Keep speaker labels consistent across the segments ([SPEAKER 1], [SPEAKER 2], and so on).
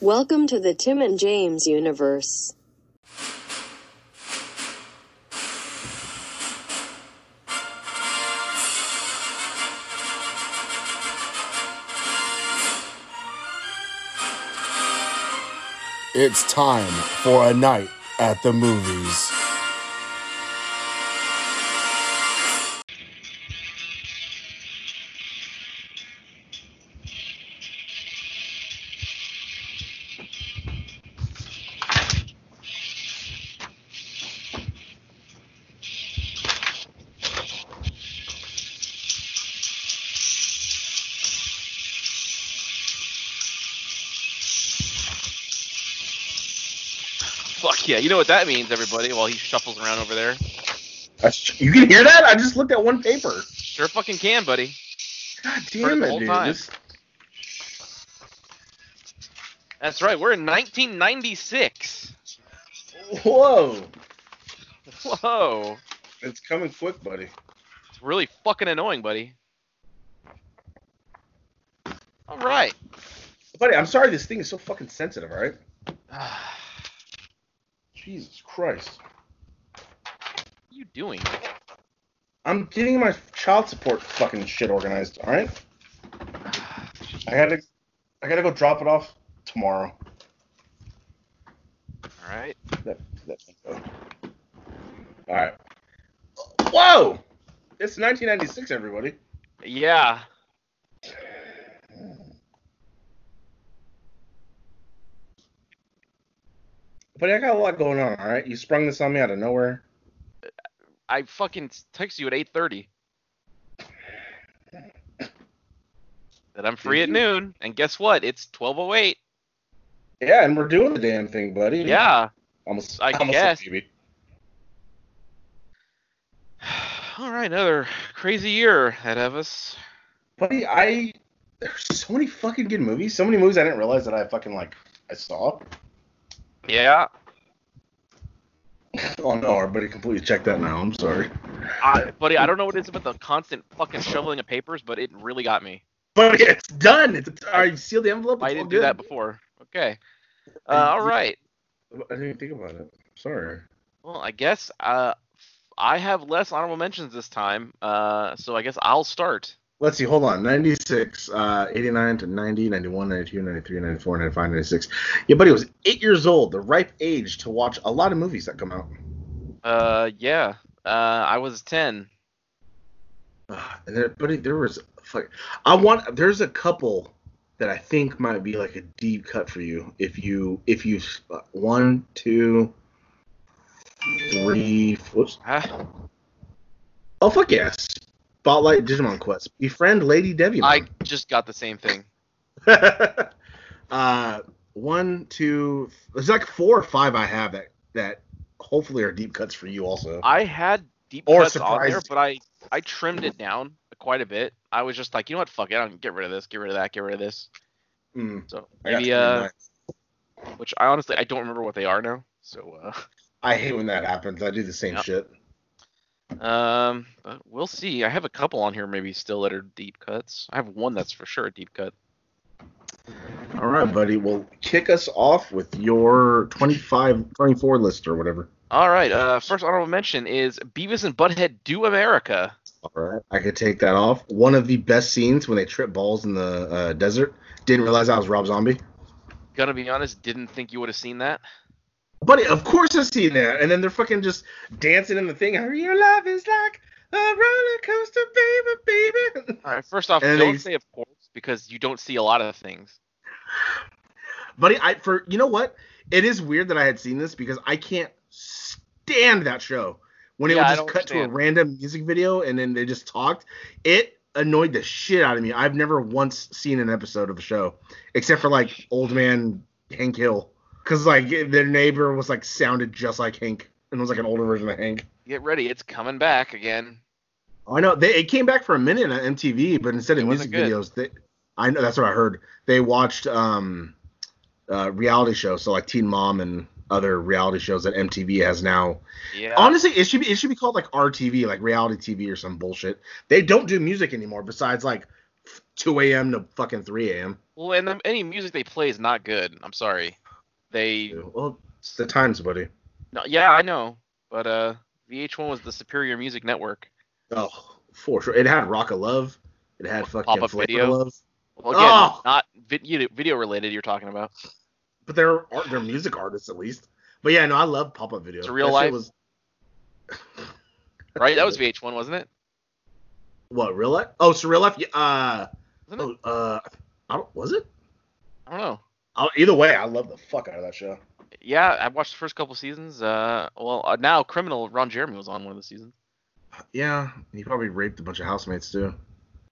[SPEAKER 1] Welcome to the Tim and James universe.
[SPEAKER 2] It's time for a night at the movies.
[SPEAKER 3] Fuck yeah. You know what that means, everybody, while he shuffles around over there.
[SPEAKER 4] That's- you can hear that? I just looked at one paper.
[SPEAKER 3] Sure fucking can, buddy.
[SPEAKER 4] God
[SPEAKER 3] Heard it
[SPEAKER 4] damn
[SPEAKER 3] the
[SPEAKER 4] it,
[SPEAKER 3] whole
[SPEAKER 4] dude.
[SPEAKER 3] time.
[SPEAKER 4] This-
[SPEAKER 3] That's right. We're in 1996.
[SPEAKER 4] whoa.
[SPEAKER 3] Whoa.
[SPEAKER 4] It's coming quick, buddy.
[SPEAKER 3] It's really fucking annoying, buddy. All right.
[SPEAKER 4] Buddy, I'm sorry this thing is so fucking sensitive, all right?
[SPEAKER 3] what
[SPEAKER 4] Jesus Christ.
[SPEAKER 3] are you doing?
[SPEAKER 4] I'm getting my child support fucking shit organized, all right? I gotta, I gotta go drop it off tomorrow.
[SPEAKER 3] All right.
[SPEAKER 4] That, that, all right. Whoa! It's 1996, everybody.
[SPEAKER 3] Yeah.
[SPEAKER 4] Buddy, I got a lot going on, all right? You sprung this on me out of nowhere.
[SPEAKER 3] I fucking texted you at 8:30 that I'm free at
[SPEAKER 4] you?
[SPEAKER 3] noon, and guess what? It's 12:08.
[SPEAKER 4] Yeah, and we're doing the damn thing, buddy.
[SPEAKER 3] Yeah.
[SPEAKER 4] Almost,
[SPEAKER 3] I
[SPEAKER 4] almost a
[SPEAKER 3] guess.
[SPEAKER 4] baby.
[SPEAKER 3] All right, another crazy year ahead of us.
[SPEAKER 4] Buddy, I there's so many fucking good movies. So many movies I didn't realize that I fucking like I saw.
[SPEAKER 3] Yeah.
[SPEAKER 4] Oh no, everybody completely checked that now. I'm sorry.
[SPEAKER 3] I, buddy, I don't know what it is about the constant fucking shoveling of papers, but it really got me.
[SPEAKER 4] But it's done. It's I sealed the envelope.
[SPEAKER 3] I
[SPEAKER 4] It's all
[SPEAKER 3] didn't
[SPEAKER 4] good.
[SPEAKER 3] do that before. Okay. Uh,
[SPEAKER 4] I-
[SPEAKER 3] all right.
[SPEAKER 4] I didn't even think about it. Sorry.
[SPEAKER 3] Well, I guess uh, I have less honorable mentions this time, uh, so I guess I'll start.
[SPEAKER 4] Let's see, hold on. 96, uh, 89 to 90, 91, 92, 93, 94, 95, 96. Your buddy was eight years old, the ripe age to watch a lot of movies that come out.
[SPEAKER 3] Uh, yeah. Uh, I was 10.
[SPEAKER 4] Ah, and there, but there was like, I want. There's a couple that I think might be like a deep cut for you if you if you uh, one two three. Whoops.
[SPEAKER 3] Huh?
[SPEAKER 4] Oh fuck yes! Spotlight Digimon Quest. Befriend Lady Debbie.
[SPEAKER 3] I just got the same thing.
[SPEAKER 4] uh, one two. There's like four or five I have that that hopefully are deep cuts for you also.
[SPEAKER 3] I had deep
[SPEAKER 4] Or
[SPEAKER 3] cuts on there,
[SPEAKER 4] surprised.
[SPEAKER 3] but I I trimmed it down quite a bit. I was just like, you know what, fuck it, I don't get rid of this, get rid of that, get rid of this.
[SPEAKER 4] Mm,
[SPEAKER 3] So
[SPEAKER 4] I got
[SPEAKER 3] maybe uh,
[SPEAKER 4] 29.
[SPEAKER 3] which I honestly I don't remember what they are now. So uh,
[SPEAKER 4] I hate when that happens. I do the same
[SPEAKER 3] Yep.
[SPEAKER 4] shit.
[SPEAKER 3] uh, um, but we'll see. I have a couple on here maybe still that are deep cuts. I have one that's for sure a deep cut.
[SPEAKER 4] All right, buddy. Well, kick us off with your 25, 24 list or whatever.
[SPEAKER 3] All right, uh, first honorable mention is Beavis and Butthead Do America.
[SPEAKER 4] All right. I could take that off. One of the best scenes when they trip balls in the uh, desert. Didn't realize I was Rob Zombie.
[SPEAKER 3] Gonna be honest, didn't think you would have seen that.
[SPEAKER 4] Buddy, of course I've seen that. And then they're fucking just dancing in the thing. Your love is like a roller coaster, baby, baby.
[SPEAKER 3] All right, first off,
[SPEAKER 4] And
[SPEAKER 3] don't
[SPEAKER 4] they-
[SPEAKER 3] say of course because you don't see a lot of things.
[SPEAKER 4] Buddy, I for you know what? It is weird that I had seen this because I can't stand that show. When it
[SPEAKER 3] Yeah, I
[SPEAKER 4] would
[SPEAKER 3] don't
[SPEAKER 4] just cut to a
[SPEAKER 3] understand.
[SPEAKER 4] random music video and then they just talked, it annoyed the shit out of me. I've never once seen an episode of a show except for like Old Man Hank Hill, because like their neighbor was like sounded just like Hank and was like an older version of Hank.
[SPEAKER 3] Get ready, it's coming back again.
[SPEAKER 4] I know they it came back for a minute on MTV, but instead of
[SPEAKER 3] It wasn't
[SPEAKER 4] music
[SPEAKER 3] good.
[SPEAKER 4] videos, they I know that's what I heard. They watched um uh reality shows, so like Teen Mom and other reality shows that MTV has now.
[SPEAKER 3] Yeah.
[SPEAKER 4] Honestly, it should be it should be called like RTV, like reality TV or some bullshit. They don't do music anymore besides like 2 a.m. to fucking 3 a.m.
[SPEAKER 3] Well, and the, any music they play is not good. I'm sorry. They
[SPEAKER 4] Well, it's the times, buddy.
[SPEAKER 3] no, yeah, I know, but uh, VH1 was the superior music network.
[SPEAKER 4] Oh, for sure. It had Rock of Love. It had fucking
[SPEAKER 3] Pop-up
[SPEAKER 4] Flavor
[SPEAKER 3] video.
[SPEAKER 4] Love.
[SPEAKER 3] Well, again,
[SPEAKER 4] Oh!
[SPEAKER 3] not video video related. You're talking about.
[SPEAKER 4] But they're art, they're music artists at least. But yeah, no, I love pop up videos.
[SPEAKER 3] It's real
[SPEAKER 4] That
[SPEAKER 3] life.
[SPEAKER 4] shit was-
[SPEAKER 3] Right? That was VH1, wasn't it?
[SPEAKER 4] what real life? Oh, surreal life. Yeah, Uh,
[SPEAKER 3] Wasn't it?
[SPEAKER 4] oh, uh, I don't, was it?
[SPEAKER 3] I don't know.
[SPEAKER 4] Oh, either way, I love the fuck out of that show.
[SPEAKER 3] Yeah, I watched the first couple seasons. Uh, well, uh, now Criminal Ron Jeremy was on one of the seasons.
[SPEAKER 4] Yeah, he probably raped a bunch of housemates too.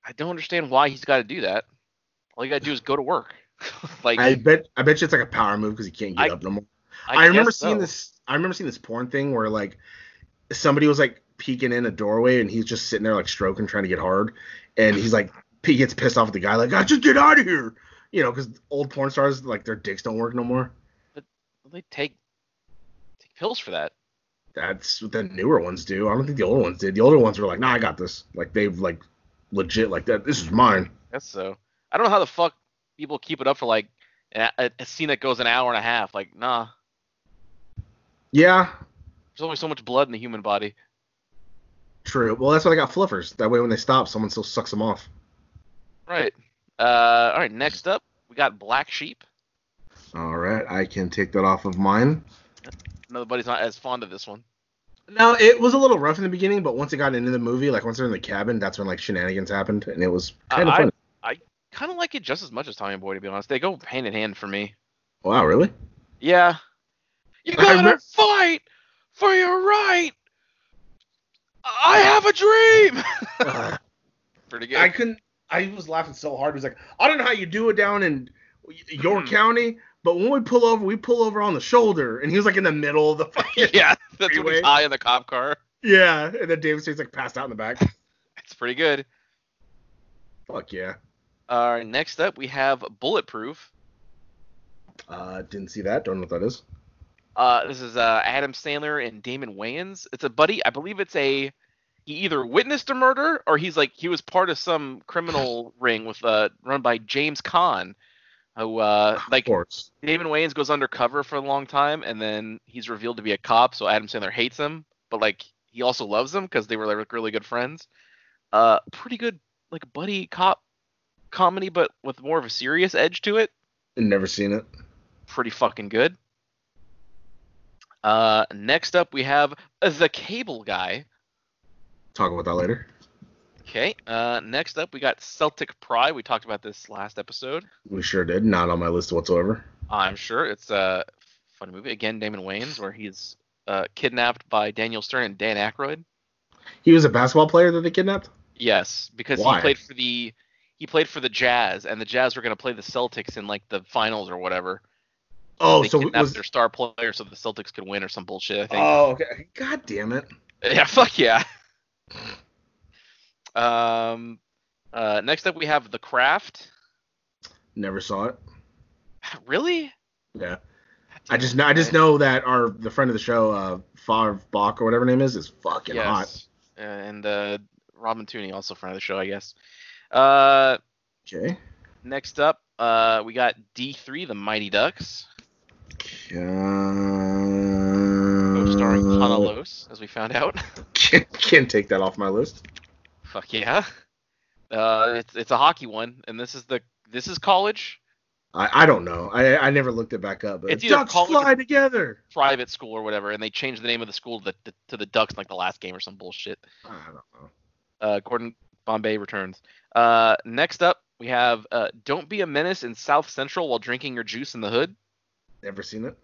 [SPEAKER 3] I don't understand why he's got to do that. All you got to do is go to work. like
[SPEAKER 4] I bet I bet you it's like a power move because he can't get
[SPEAKER 3] I-
[SPEAKER 4] up no more.
[SPEAKER 3] I
[SPEAKER 4] I, remember
[SPEAKER 3] guess
[SPEAKER 4] seeing
[SPEAKER 3] so.
[SPEAKER 4] this. I remember seeing this porn thing where like somebody was like peeking in a doorway and he's just sitting there like stroking, trying to get hard, and he's like he gets pissed off at the guy like, "I just get out of here," you know, because old porn stars like their dicks don't work no more.
[SPEAKER 3] They take take pills for that.
[SPEAKER 4] That's what the newer ones do. I don't think the older ones did. The older ones were like, "Nah, I got this." Like they've like legit like that. This is mine.
[SPEAKER 3] That's so. I don't know how the fuck people keep it up for like a, a- a scene that goes an hour and a half. Like, nah,
[SPEAKER 4] Yeah,
[SPEAKER 3] there's only so much blood in the human body.
[SPEAKER 4] true. Well, that's why they got fluffers. That way, when they stop, someone still sucks them off.
[SPEAKER 3] Right. Uh, all right. Next up, we got Black Sheep.
[SPEAKER 4] All right, I can take that off of mine.
[SPEAKER 3] Another buddy's not as fond of this one.
[SPEAKER 4] No, it was a little rough in the beginning, but once it got into the movie, like once they're in the cabin, that's when like shenanigans happened, and it was kind of
[SPEAKER 3] I-
[SPEAKER 4] fun.
[SPEAKER 3] Kind of like it just as much as Tommy Boy, to be honest. They go hand in hand for me.
[SPEAKER 4] Wow, really?
[SPEAKER 3] Yeah. You
[SPEAKER 4] I
[SPEAKER 3] gotta
[SPEAKER 4] remem-
[SPEAKER 3] fight for your right. I have a dream.
[SPEAKER 4] Uh,
[SPEAKER 3] Pretty good.
[SPEAKER 4] I couldn't. I was laughing so hard. It was like, I don't know how you do it down in York County, but when we pull over, we pull over on the shoulder, and he was like in the middle of the fucking
[SPEAKER 3] yeah, that's when
[SPEAKER 4] Freeway.
[SPEAKER 3] he's high in the cop car.
[SPEAKER 4] yeah. And then David State's like passed out in the back.
[SPEAKER 3] It's pretty good.
[SPEAKER 4] Fuck yeah.
[SPEAKER 3] All right, next up we have Bulletproof.
[SPEAKER 4] Uh, didn't see that. Don't know what that is.
[SPEAKER 3] Uh, this is uh, Adam Sandler and Damon Wayans. It's a buddy. I believe it's a he either witnessed a murder or he's like he was part of some criminal ring with uh run by James Caan, who uh
[SPEAKER 4] of
[SPEAKER 3] like
[SPEAKER 4] course.
[SPEAKER 3] Damon Wayans goes undercover for a long time and then he's revealed to be a cop. So Adam Sandler hates him, but like he also loves him because they were like really good friends. Uh, pretty good like buddy cop comedy, but with more of a serious edge to it.
[SPEAKER 4] Never seen it.
[SPEAKER 3] pretty fucking good. Uh, next up, we have the Cable Guy.
[SPEAKER 4] Talk about that later.
[SPEAKER 3] Okay. Uh, next up, we got Celtic Pride. We talked about this last episode.
[SPEAKER 4] We sure did. Not on my list whatsoever.
[SPEAKER 3] I'm sure it's a funny movie. Again, Damon Wayans, where he's uh, kidnapped by Daniel Stern and Dan Aykroyd.
[SPEAKER 4] He was a basketball player that they kidnapped.
[SPEAKER 3] Yes, because
[SPEAKER 4] Why?
[SPEAKER 3] he played for the he played for the Jazz, and the Jazz were going to play the Celtics in like the finals or whatever.
[SPEAKER 4] Oh,
[SPEAKER 3] they
[SPEAKER 4] so it
[SPEAKER 3] kidnapped
[SPEAKER 4] was
[SPEAKER 3] their star player so the Celtics could win or some bullshit. I think.
[SPEAKER 4] Oh, okay. God damn it.
[SPEAKER 3] Yeah, fuck yeah. Um, uh, next up we have The Craft.
[SPEAKER 4] Never saw it.
[SPEAKER 3] Really?
[SPEAKER 4] Yeah. I just know I just know that our the friend of the show, uh Favre Bach or whatever her name is, is fucking
[SPEAKER 3] Yes.
[SPEAKER 4] hot.
[SPEAKER 3] Uh, And uh, Robin Tooney, also friend of the show, I guess. Uh,
[SPEAKER 4] Okay.
[SPEAKER 3] next up, uh, we got D3, The Mighty Ducks, co-starring Tana
[SPEAKER 4] Uh,
[SPEAKER 3] Los, as we found out.
[SPEAKER 4] can't, can't take that off my list.
[SPEAKER 3] fuck yeah. Uh, it's it's a hockey one, and this is the this is college
[SPEAKER 4] I, I don't know. I I never looked it back up. But
[SPEAKER 3] It's either
[SPEAKER 4] ducks
[SPEAKER 3] Call of
[SPEAKER 4] fly
[SPEAKER 3] Duty-
[SPEAKER 4] together.
[SPEAKER 3] private school or whatever, and they changed the name of the school to the, to the Ducks in, like the last game or some bullshit.
[SPEAKER 4] I don't know.
[SPEAKER 3] uh, Gordon Bombay returns. Uh, next up, we have uh, Don't Be a Menace in South Central While Drinking Your Juice in the Hood.
[SPEAKER 4] Never seen it.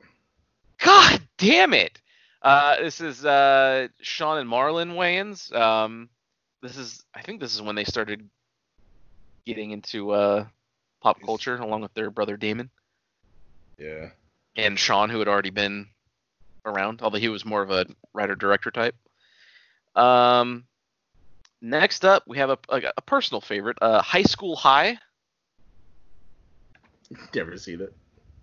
[SPEAKER 3] God damn it! Uh, this is uh, Sean and Marlon Wayans. Um, this is, I think this is when they started getting into uh, pop culture along with their brother Damon
[SPEAKER 4] Yeah.
[SPEAKER 3] and Sean, who had already been around, although he was more of a writer director type. Um, next up, we have a, a, a personal favorite, uh, High School High.
[SPEAKER 4] Never seen it.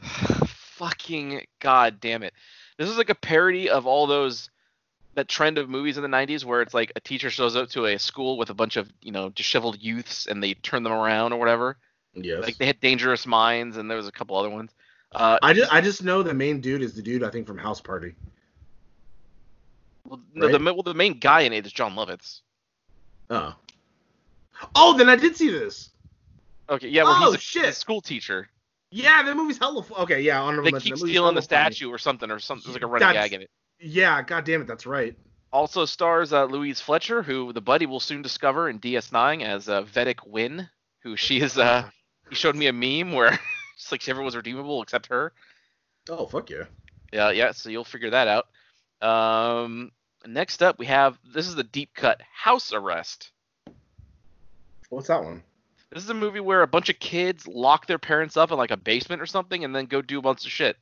[SPEAKER 3] fucking god damn it this is like a parody of all those that trend of movies in the 90s where it's like a teacher shows up to a school with a bunch of you know disheveled youths and they turn them around or whatever
[SPEAKER 4] Yes.
[SPEAKER 3] like they had dangerous minds and there was a couple other ones uh
[SPEAKER 4] I just I just know the main dude is the dude I think from House Party.
[SPEAKER 3] well, no, the, ma- well the main guy in it is john lovitz
[SPEAKER 4] Oh. Oh, then I did see this.
[SPEAKER 3] okay yeah well
[SPEAKER 4] Oh,
[SPEAKER 3] he's a,
[SPEAKER 4] shit.
[SPEAKER 3] a school teacher
[SPEAKER 4] Yeah, that movie's hella. Fu- okay, yeah, honorable
[SPEAKER 3] they
[SPEAKER 4] mention.
[SPEAKER 3] keep
[SPEAKER 4] That movie's
[SPEAKER 3] stealing the
[SPEAKER 4] hella funny.
[SPEAKER 3] statue or something or something there's like a running
[SPEAKER 4] That's-
[SPEAKER 3] gag in it
[SPEAKER 4] Yeah, god damn it, that's right.
[SPEAKER 3] also stars uh, louise fletcher who the buddy will soon discover in ds9 as uh, vedic win who she is uh he showed me a meme where it's like everyone was redeemable except her
[SPEAKER 4] Oh fuck yeah.
[SPEAKER 3] Yeah, yeah. So you'll figure that out. Um, next up, we have this is the deep cut House Arrest.
[SPEAKER 4] What's that one?
[SPEAKER 3] This is a movie where a bunch of kids lock their parents up in like a basement or something, and then go do a bunch of shit.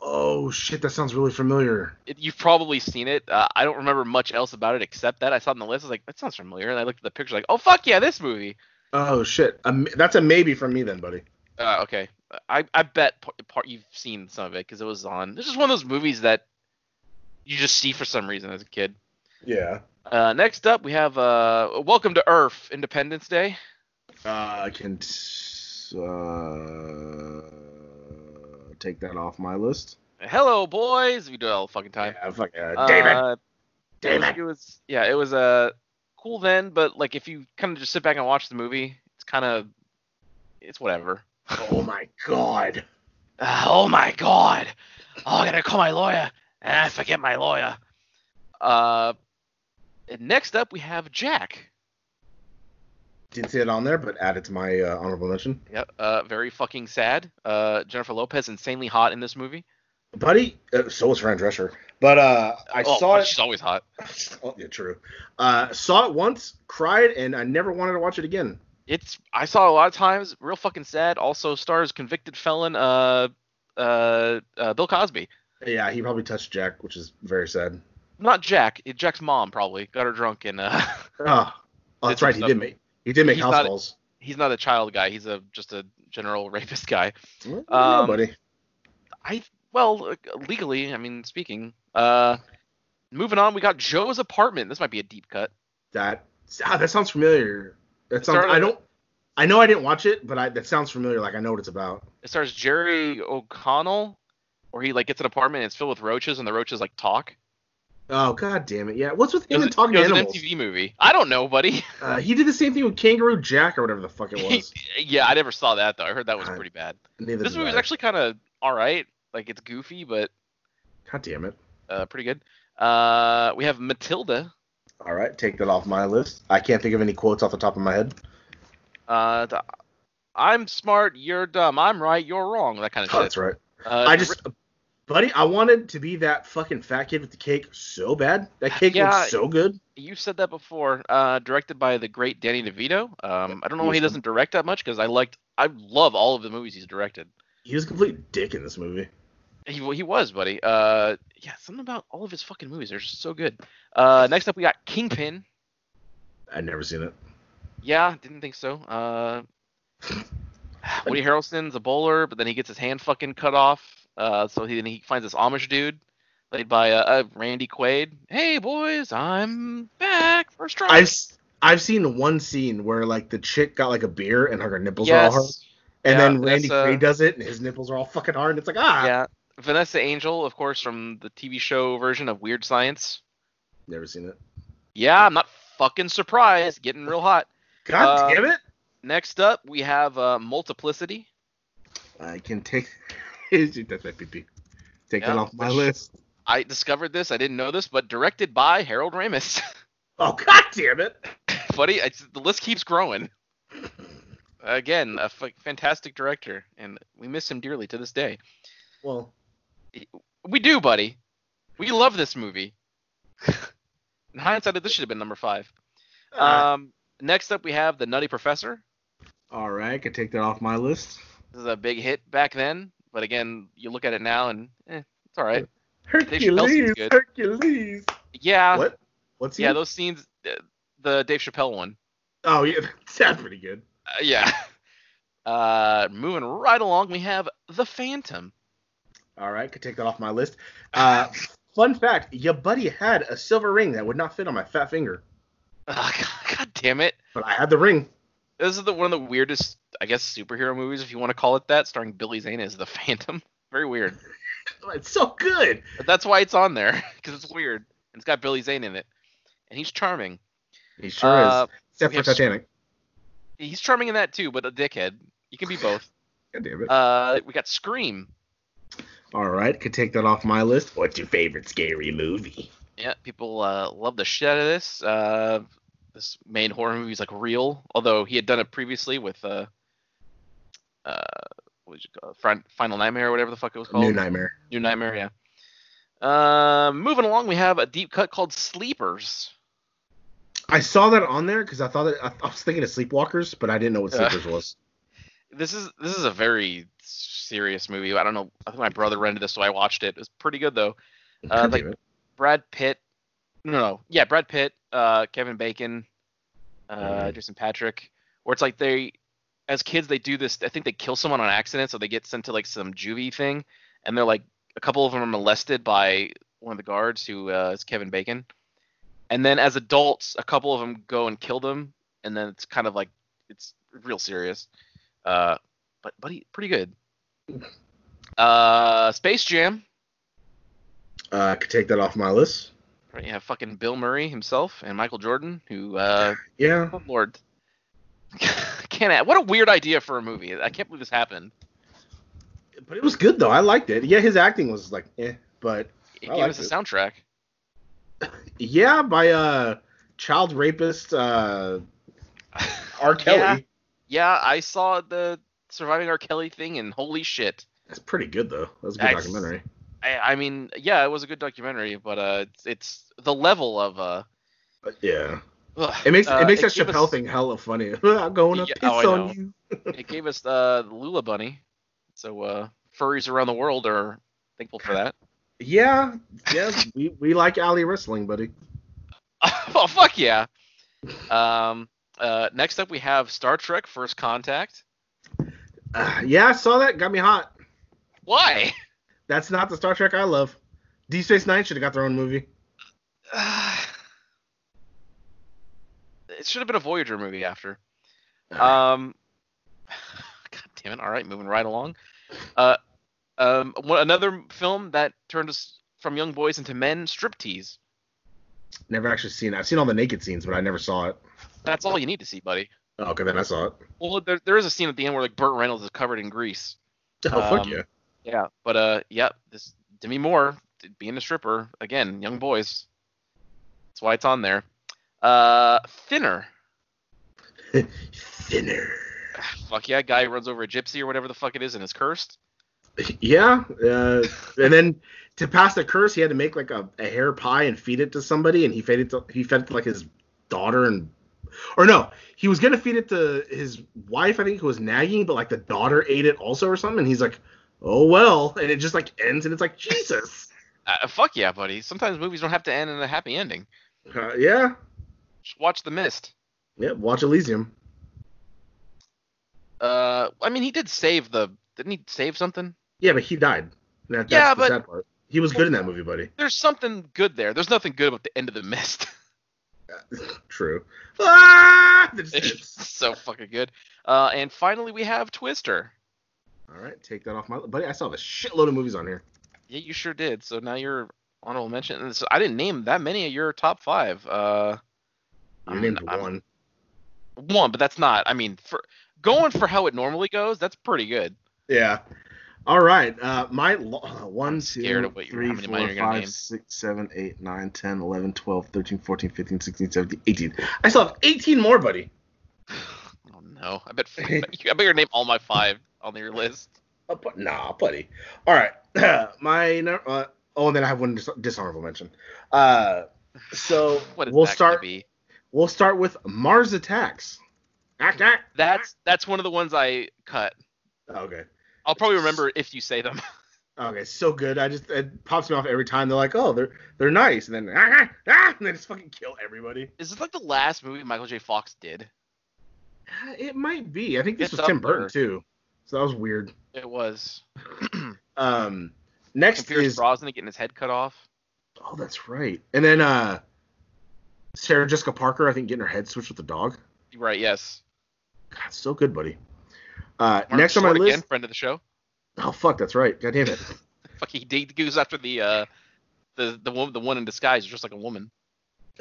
[SPEAKER 4] Oh shit, that sounds really familiar.
[SPEAKER 3] It, you've probably seen it. Uh, I don't remember much else about it except that I saw it on the list. I was like, that sounds familiar, and I looked at the picture, like, oh fuck yeah, this movie.
[SPEAKER 4] Oh shit, a m that's a maybe from me then, buddy.
[SPEAKER 3] Uh, okay, I I bet part, part you've seen some of it because it was on. This is one of those movies that you just see for some reason as a kid.
[SPEAKER 4] Yeah.
[SPEAKER 3] Uh, next up, we have uh, Welcome to Earth, Independence Day.
[SPEAKER 4] Uh, I can t- uh, take that off my list.
[SPEAKER 3] Hello, boys. We do it all the fucking time.
[SPEAKER 4] Yeah, fuck yeah.
[SPEAKER 3] Uh,
[SPEAKER 4] David,
[SPEAKER 3] it was-
[SPEAKER 4] David.
[SPEAKER 3] It was yeah, it was uh, cool then, but like if you kind of just sit back and watch the movie, it's kind of it's whatever.
[SPEAKER 4] Oh my god.
[SPEAKER 3] Uh, oh my god! Oh, I gotta call my lawyer, and I forget my lawyer. Uh, and next up we have Jack.
[SPEAKER 4] Didn't see it on there, but add it to my uh, honorable mention.
[SPEAKER 3] Yep. Uh, very fucking sad. Uh, Jennifer Lopez insanely hot in this movie.
[SPEAKER 4] Buddy, uh, so was Fran Drescher. But uh, I
[SPEAKER 3] oh,
[SPEAKER 4] saw it.
[SPEAKER 3] She's always hot.
[SPEAKER 4] oh, yeah, true. Uh, saw it once, cried, and I never wanted to watch it again.
[SPEAKER 3] it's I saw a lot of times. Real fucking sad. Also stars convicted felon uh uh, uh Bill Cosby.
[SPEAKER 4] Yeah, he probably touched Jack, which is very sad.
[SPEAKER 3] Not Jack. It, Jack's mom probably got her drunk and uh
[SPEAKER 4] Oh, oh that's
[SPEAKER 3] Did some
[SPEAKER 4] right. He
[SPEAKER 3] stuff.
[SPEAKER 4] did make he did make
[SPEAKER 3] He's
[SPEAKER 4] house
[SPEAKER 3] not-
[SPEAKER 4] calls.
[SPEAKER 3] he's not a child guy. He's a just a general rapist guy.
[SPEAKER 4] Well,
[SPEAKER 3] Um,
[SPEAKER 4] buddy.
[SPEAKER 3] I well uh, legally I mean speaking. Uh, moving on we got Joe's apartment. This might be a deep cut.
[SPEAKER 4] That ah, that sounds familiar. That
[SPEAKER 3] It
[SPEAKER 4] sounds.
[SPEAKER 3] started-
[SPEAKER 4] I don't. I know I didn't watch it, but I, that sounds familiar. Like I know what it's about.
[SPEAKER 3] It stars Jerry O'Connell, where he like gets an apartment and it's filled with roaches and the roaches like talk.
[SPEAKER 4] Oh god damn it! Yeah, what's with
[SPEAKER 3] It
[SPEAKER 4] him
[SPEAKER 3] was,
[SPEAKER 4] and talking
[SPEAKER 3] it was
[SPEAKER 4] animals?
[SPEAKER 3] an MTV movie. I don't know, buddy.
[SPEAKER 4] Uh, he did the same thing with Kangaroo Jack or whatever the fuck it was.
[SPEAKER 3] yeah, I never saw that though. I heard that was
[SPEAKER 4] God.
[SPEAKER 3] pretty bad.
[SPEAKER 4] Neither
[SPEAKER 3] this
[SPEAKER 4] did
[SPEAKER 3] movie was
[SPEAKER 4] I.
[SPEAKER 3] actually kind of all right. Like it's goofy, but
[SPEAKER 4] God damn it!
[SPEAKER 3] uh, pretty good. Uh, we have Matilda.
[SPEAKER 4] All right, take that off my list. I can't think of any quotes off the top of my head.
[SPEAKER 3] Uh, the- I'm smart, you're dumb. I'm right, you're wrong. That kind of shit.
[SPEAKER 4] That's right.
[SPEAKER 3] Uh,
[SPEAKER 4] I just, buddy, I wanted to be that fucking fat kid with the cake so bad. That cake
[SPEAKER 3] Yeah.
[SPEAKER 4] looked so good.
[SPEAKER 3] you said that before. Uh, directed by the great Danny DeVito. Um, I don't know why he doesn't direct that much because I liked, I love all of the movies he's directed.
[SPEAKER 4] He was a complete dick in this movie.
[SPEAKER 3] He, he was, buddy. Uh, yeah, something about all of his fucking movies are just so good. Uh, next up we got Kingpin.
[SPEAKER 4] I'd never seen it.
[SPEAKER 3] Yeah, didn't think so. Uh, Woody Harrelson's a bowler, but then he gets his hand fucking cut off. Uh, so he then he finds this Amish dude played by uh, uh, Randy Quaid. Hey boys, I'm back for a strike.
[SPEAKER 4] I've s- I've seen one scene where like the chick got like a beer and like, her nipples are all hard,
[SPEAKER 3] yes,
[SPEAKER 4] and
[SPEAKER 3] yeah,
[SPEAKER 4] then Randy
[SPEAKER 3] that's, uh,
[SPEAKER 4] Quaid does it and his nipples are all fucking hard. And it's like ah,
[SPEAKER 3] yeah. Vanessa Angel, of course, from the TV show version of Weird Science.
[SPEAKER 4] never seen it.
[SPEAKER 3] Yeah, I'm not fucking surprised. Getting real hot.
[SPEAKER 4] God
[SPEAKER 3] Uh,
[SPEAKER 4] damn it!
[SPEAKER 3] Next up, we have uh, Multiplicity.
[SPEAKER 4] I can take that's my pee Take
[SPEAKER 3] Yeah,
[SPEAKER 4] that off my
[SPEAKER 3] which-
[SPEAKER 4] list.
[SPEAKER 3] I discovered this. I didn't know this, but directed by Harold Ramis.
[SPEAKER 4] Oh god damn it!
[SPEAKER 3] Buddy, it's, the list keeps growing. Again, a f- fantastic director, and we miss him dearly to this day.
[SPEAKER 4] Well,
[SPEAKER 3] We do, buddy. We love this movie. In hindsight, this should have been number five.
[SPEAKER 4] uh,
[SPEAKER 3] Um, next up, we have The Nutty Professor.
[SPEAKER 4] all right, I can take that off my list.
[SPEAKER 3] This is a big hit back then, but again, you look at it now, and eh, it's all right.
[SPEAKER 4] Hercules,
[SPEAKER 3] good.
[SPEAKER 4] Hercules.
[SPEAKER 3] Yeah,
[SPEAKER 4] what? What's he?
[SPEAKER 3] yeah, those scenes, uh, the Dave Chappelle one.
[SPEAKER 4] oh yeah, that's pretty good.
[SPEAKER 3] Uh, yeah. Uh, moving right along, we have The Phantom.
[SPEAKER 4] All right, could take that off my list. Uh, Fun fact: Your buddy had a silver ring that would not fit on my fat finger,
[SPEAKER 3] Ah, God, God damn it.
[SPEAKER 4] but I had the ring.
[SPEAKER 3] This is the one of the weirdest, I guess, superhero movies, if you want to call it that, starring Billy Zane as the Phantom. Very weird.
[SPEAKER 4] Oh, It's so good.
[SPEAKER 3] But that's why it's on there, because it's weird. And it's got Billy Zane in it. And he's charming.
[SPEAKER 4] He sure
[SPEAKER 3] Uh,
[SPEAKER 4] is. Except
[SPEAKER 3] we
[SPEAKER 4] for
[SPEAKER 3] have-
[SPEAKER 4] Titanic.
[SPEAKER 3] He's charming in that too, but a dickhead. You can be both.
[SPEAKER 4] God damn it.
[SPEAKER 3] Uh, we got Scream.
[SPEAKER 4] All right, could take that off my list. What's your favorite scary movie?
[SPEAKER 3] Yeah, people uh, love the shit out of this. Uh, this made horror movies like real, although he had done it previously with uh, uh, what did you call it? Fin- Final Nightmare or whatever the fuck it was called.
[SPEAKER 4] New Nightmare.
[SPEAKER 3] New Nightmare, yeah. Uh, moving along, we have a deep cut called Sleepers.
[SPEAKER 4] I saw that on there because I thought that I, I was thinking of Sleepwalkers, but I didn't know what
[SPEAKER 3] Yeah.
[SPEAKER 4] Sleepers was.
[SPEAKER 3] This is this is a very serious movie. I don't know. I think my brother rented this, so I watched it. It was pretty good though. Uh,
[SPEAKER 4] God
[SPEAKER 3] like-
[SPEAKER 4] damn it.
[SPEAKER 3] Brad Pitt. No, no, yeah, Brad Pitt, uh, Kevin Bacon, uh,
[SPEAKER 4] Mhm.
[SPEAKER 3] Jason Patrick. Where it's like they, as kids, they do this. I think they kill someone on accident, so they get sent to like some juvie thing, and they're like a couple of them are molested by one of the guards who uh, is Kevin Bacon, and then as adults, a couple of them go and kill them, and then it's kind of like it's real serious, uh, but but he, pretty good. Uh, Space Jam.
[SPEAKER 4] uh, could take that off my list.
[SPEAKER 3] Right, you have fucking Bill Murray himself and Michael Jordan, who, uh,
[SPEAKER 4] Yeah.
[SPEAKER 3] oh lord, can't. add- What a weird idea for a movie. I can't believe this happened.
[SPEAKER 4] But it was good though. I liked it. Yeah, his acting was like, eh, but
[SPEAKER 3] It
[SPEAKER 4] I
[SPEAKER 3] gave
[SPEAKER 4] liked
[SPEAKER 3] us a
[SPEAKER 4] it.
[SPEAKER 3] soundtrack.
[SPEAKER 4] yeah, by uh child rapist uh R. Kelly.
[SPEAKER 3] Yeah. Yeah, I saw the surviving R. Kelly thing, and holy shit.
[SPEAKER 4] That's pretty good though. That was a good
[SPEAKER 3] That's-
[SPEAKER 4] documentary.
[SPEAKER 3] I, I mean, yeah, it was a good documentary, but uh, it's, it's the level of uh.
[SPEAKER 4] But yeah.
[SPEAKER 3] ugh,
[SPEAKER 4] It makes
[SPEAKER 3] uh,
[SPEAKER 4] it makes that
[SPEAKER 3] gave
[SPEAKER 4] Chappelle
[SPEAKER 3] us-
[SPEAKER 4] thing hella funny. I'm going to
[SPEAKER 3] Yeah,
[SPEAKER 4] piss
[SPEAKER 3] oh, I know.
[SPEAKER 4] on you.
[SPEAKER 3] It gave us uh, the Lula Bunny. So uh, furries around the world are thankful for that.
[SPEAKER 4] Yeah, yes, we, we like alley wrestling, buddy.
[SPEAKER 3] well, Oh, fuck yeah. Um, uh, next up, we have Star Trek: First Contact.
[SPEAKER 4] Uh, yeah, I saw that. Got me hot.
[SPEAKER 3] Why?
[SPEAKER 4] That's not the Star Trek I love. D Space Nine should have got their own movie.
[SPEAKER 3] it should have been a Voyager movie after. Um, God damn it! All right, moving right along. Uh, um, one, another film that turned us from young boys into men: Striptease.
[SPEAKER 4] Never actually seen it. I've seen all the naked scenes, but I never saw it.
[SPEAKER 3] That's all you need to see, buddy.
[SPEAKER 4] Oh, okay, then I saw it.
[SPEAKER 3] Well, there, there is a scene at the end where like Burt Reynolds is covered in grease.
[SPEAKER 4] Oh, fuck
[SPEAKER 3] Um,
[SPEAKER 4] yeah.
[SPEAKER 3] Yeah, but uh, yeah, this Demi Moore t- being a stripper again, young boys. That's why it's on there. Uh, thinner.
[SPEAKER 4] Thinner.
[SPEAKER 3] Fuck yeah, guy runs over a gypsy or whatever the fuck it is and is cursed.
[SPEAKER 4] Yeah, uh, and then to pass the curse, he had to make like a, a hair pie and feed it to somebody, and he fed it to he fed it to like his daughter and or no, he was gonna feed it to his wife, I think, who was nagging, but like the daughter ate it also or something, and he's like, oh well, and it just like ends, and it's like Jesus,
[SPEAKER 3] Uh, fuck yeah, buddy. Sometimes movies don't have to end in a happy ending.
[SPEAKER 4] Uh, yeah,
[SPEAKER 3] Just watch The Mist.
[SPEAKER 4] yeah, watch Elysium.
[SPEAKER 3] Uh, I mean, he did save the. Didn't he save something?
[SPEAKER 4] Yeah, but he died. That, that's
[SPEAKER 3] Yeah,
[SPEAKER 4] the
[SPEAKER 3] but-
[SPEAKER 4] sad part. He was good in that movie, buddy.
[SPEAKER 3] There's something good there. There's nothing good about the end of The Mist.
[SPEAKER 4] True. Ah! That just
[SPEAKER 3] it's
[SPEAKER 4] hits.
[SPEAKER 3] so fucking good. Uh, and finally, we have Twister.
[SPEAKER 4] All right, take that off my buddy. I saw a shitload of movies on here.
[SPEAKER 3] Yeah, you sure did. So now you're honorable mention. And so I didn't name that many of your top five. Uh,
[SPEAKER 4] You
[SPEAKER 3] I'm-
[SPEAKER 4] named
[SPEAKER 3] I'm-
[SPEAKER 4] one.
[SPEAKER 3] one, but that's not. I mean, for going for how it normally goes, that's pretty good.
[SPEAKER 4] Yeah. All right. Uh, my lo- uh, one,
[SPEAKER 3] scared
[SPEAKER 4] two,
[SPEAKER 3] of what you're-
[SPEAKER 4] three,
[SPEAKER 3] how many mine
[SPEAKER 4] four,
[SPEAKER 3] you're gonna name.
[SPEAKER 4] five, six, seven, eight, nine, 10, 11, 12, 13, 14, 15, 16, 17, 18. I still have 18 more, buddy.
[SPEAKER 3] Oh no, I bet. I bet you- I bet your name all my five on your list.
[SPEAKER 4] Uh, but, nah, buddy. All right. my nu- uh, oh, and then I have one dis- dishonorable mention. Uh, so
[SPEAKER 3] What is
[SPEAKER 4] we'll
[SPEAKER 3] that gonna
[SPEAKER 4] start.
[SPEAKER 3] Be?
[SPEAKER 4] We'll start with Mars Attacks. Ack, ack.
[SPEAKER 3] That's that's one of the ones I cut.
[SPEAKER 4] okay.
[SPEAKER 3] I'll probably remember if you say them.
[SPEAKER 4] Okay, so good. I just it pops me off every time. They're like, oh, they're they're nice, and then ah, ah, ah, and they just fucking kill everybody.
[SPEAKER 3] Is this like the last movie Michael J. Fox did?
[SPEAKER 4] Uh, It might be. I think this
[SPEAKER 3] It's
[SPEAKER 4] was Tim
[SPEAKER 3] up
[SPEAKER 4] Burton
[SPEAKER 3] there.
[SPEAKER 4] too, so that was weird.
[SPEAKER 3] It was.
[SPEAKER 4] Um, next
[SPEAKER 3] Pierce
[SPEAKER 4] is
[SPEAKER 3] Brosnan getting his head cut off.
[SPEAKER 4] Oh, that's right. And then uh Sarah Jessica Parker, I think, getting her head switched with the dog.
[SPEAKER 3] Right. Yes.
[SPEAKER 4] God, so good, buddy. Uh,
[SPEAKER 3] Martin
[SPEAKER 4] next on my
[SPEAKER 3] Short
[SPEAKER 4] list.
[SPEAKER 3] again, friend of the show.
[SPEAKER 4] Oh fuck, that's right. God damn it.
[SPEAKER 3] Fuck, he, he goes after the uh, the the woman, the one in disguise, just like a woman.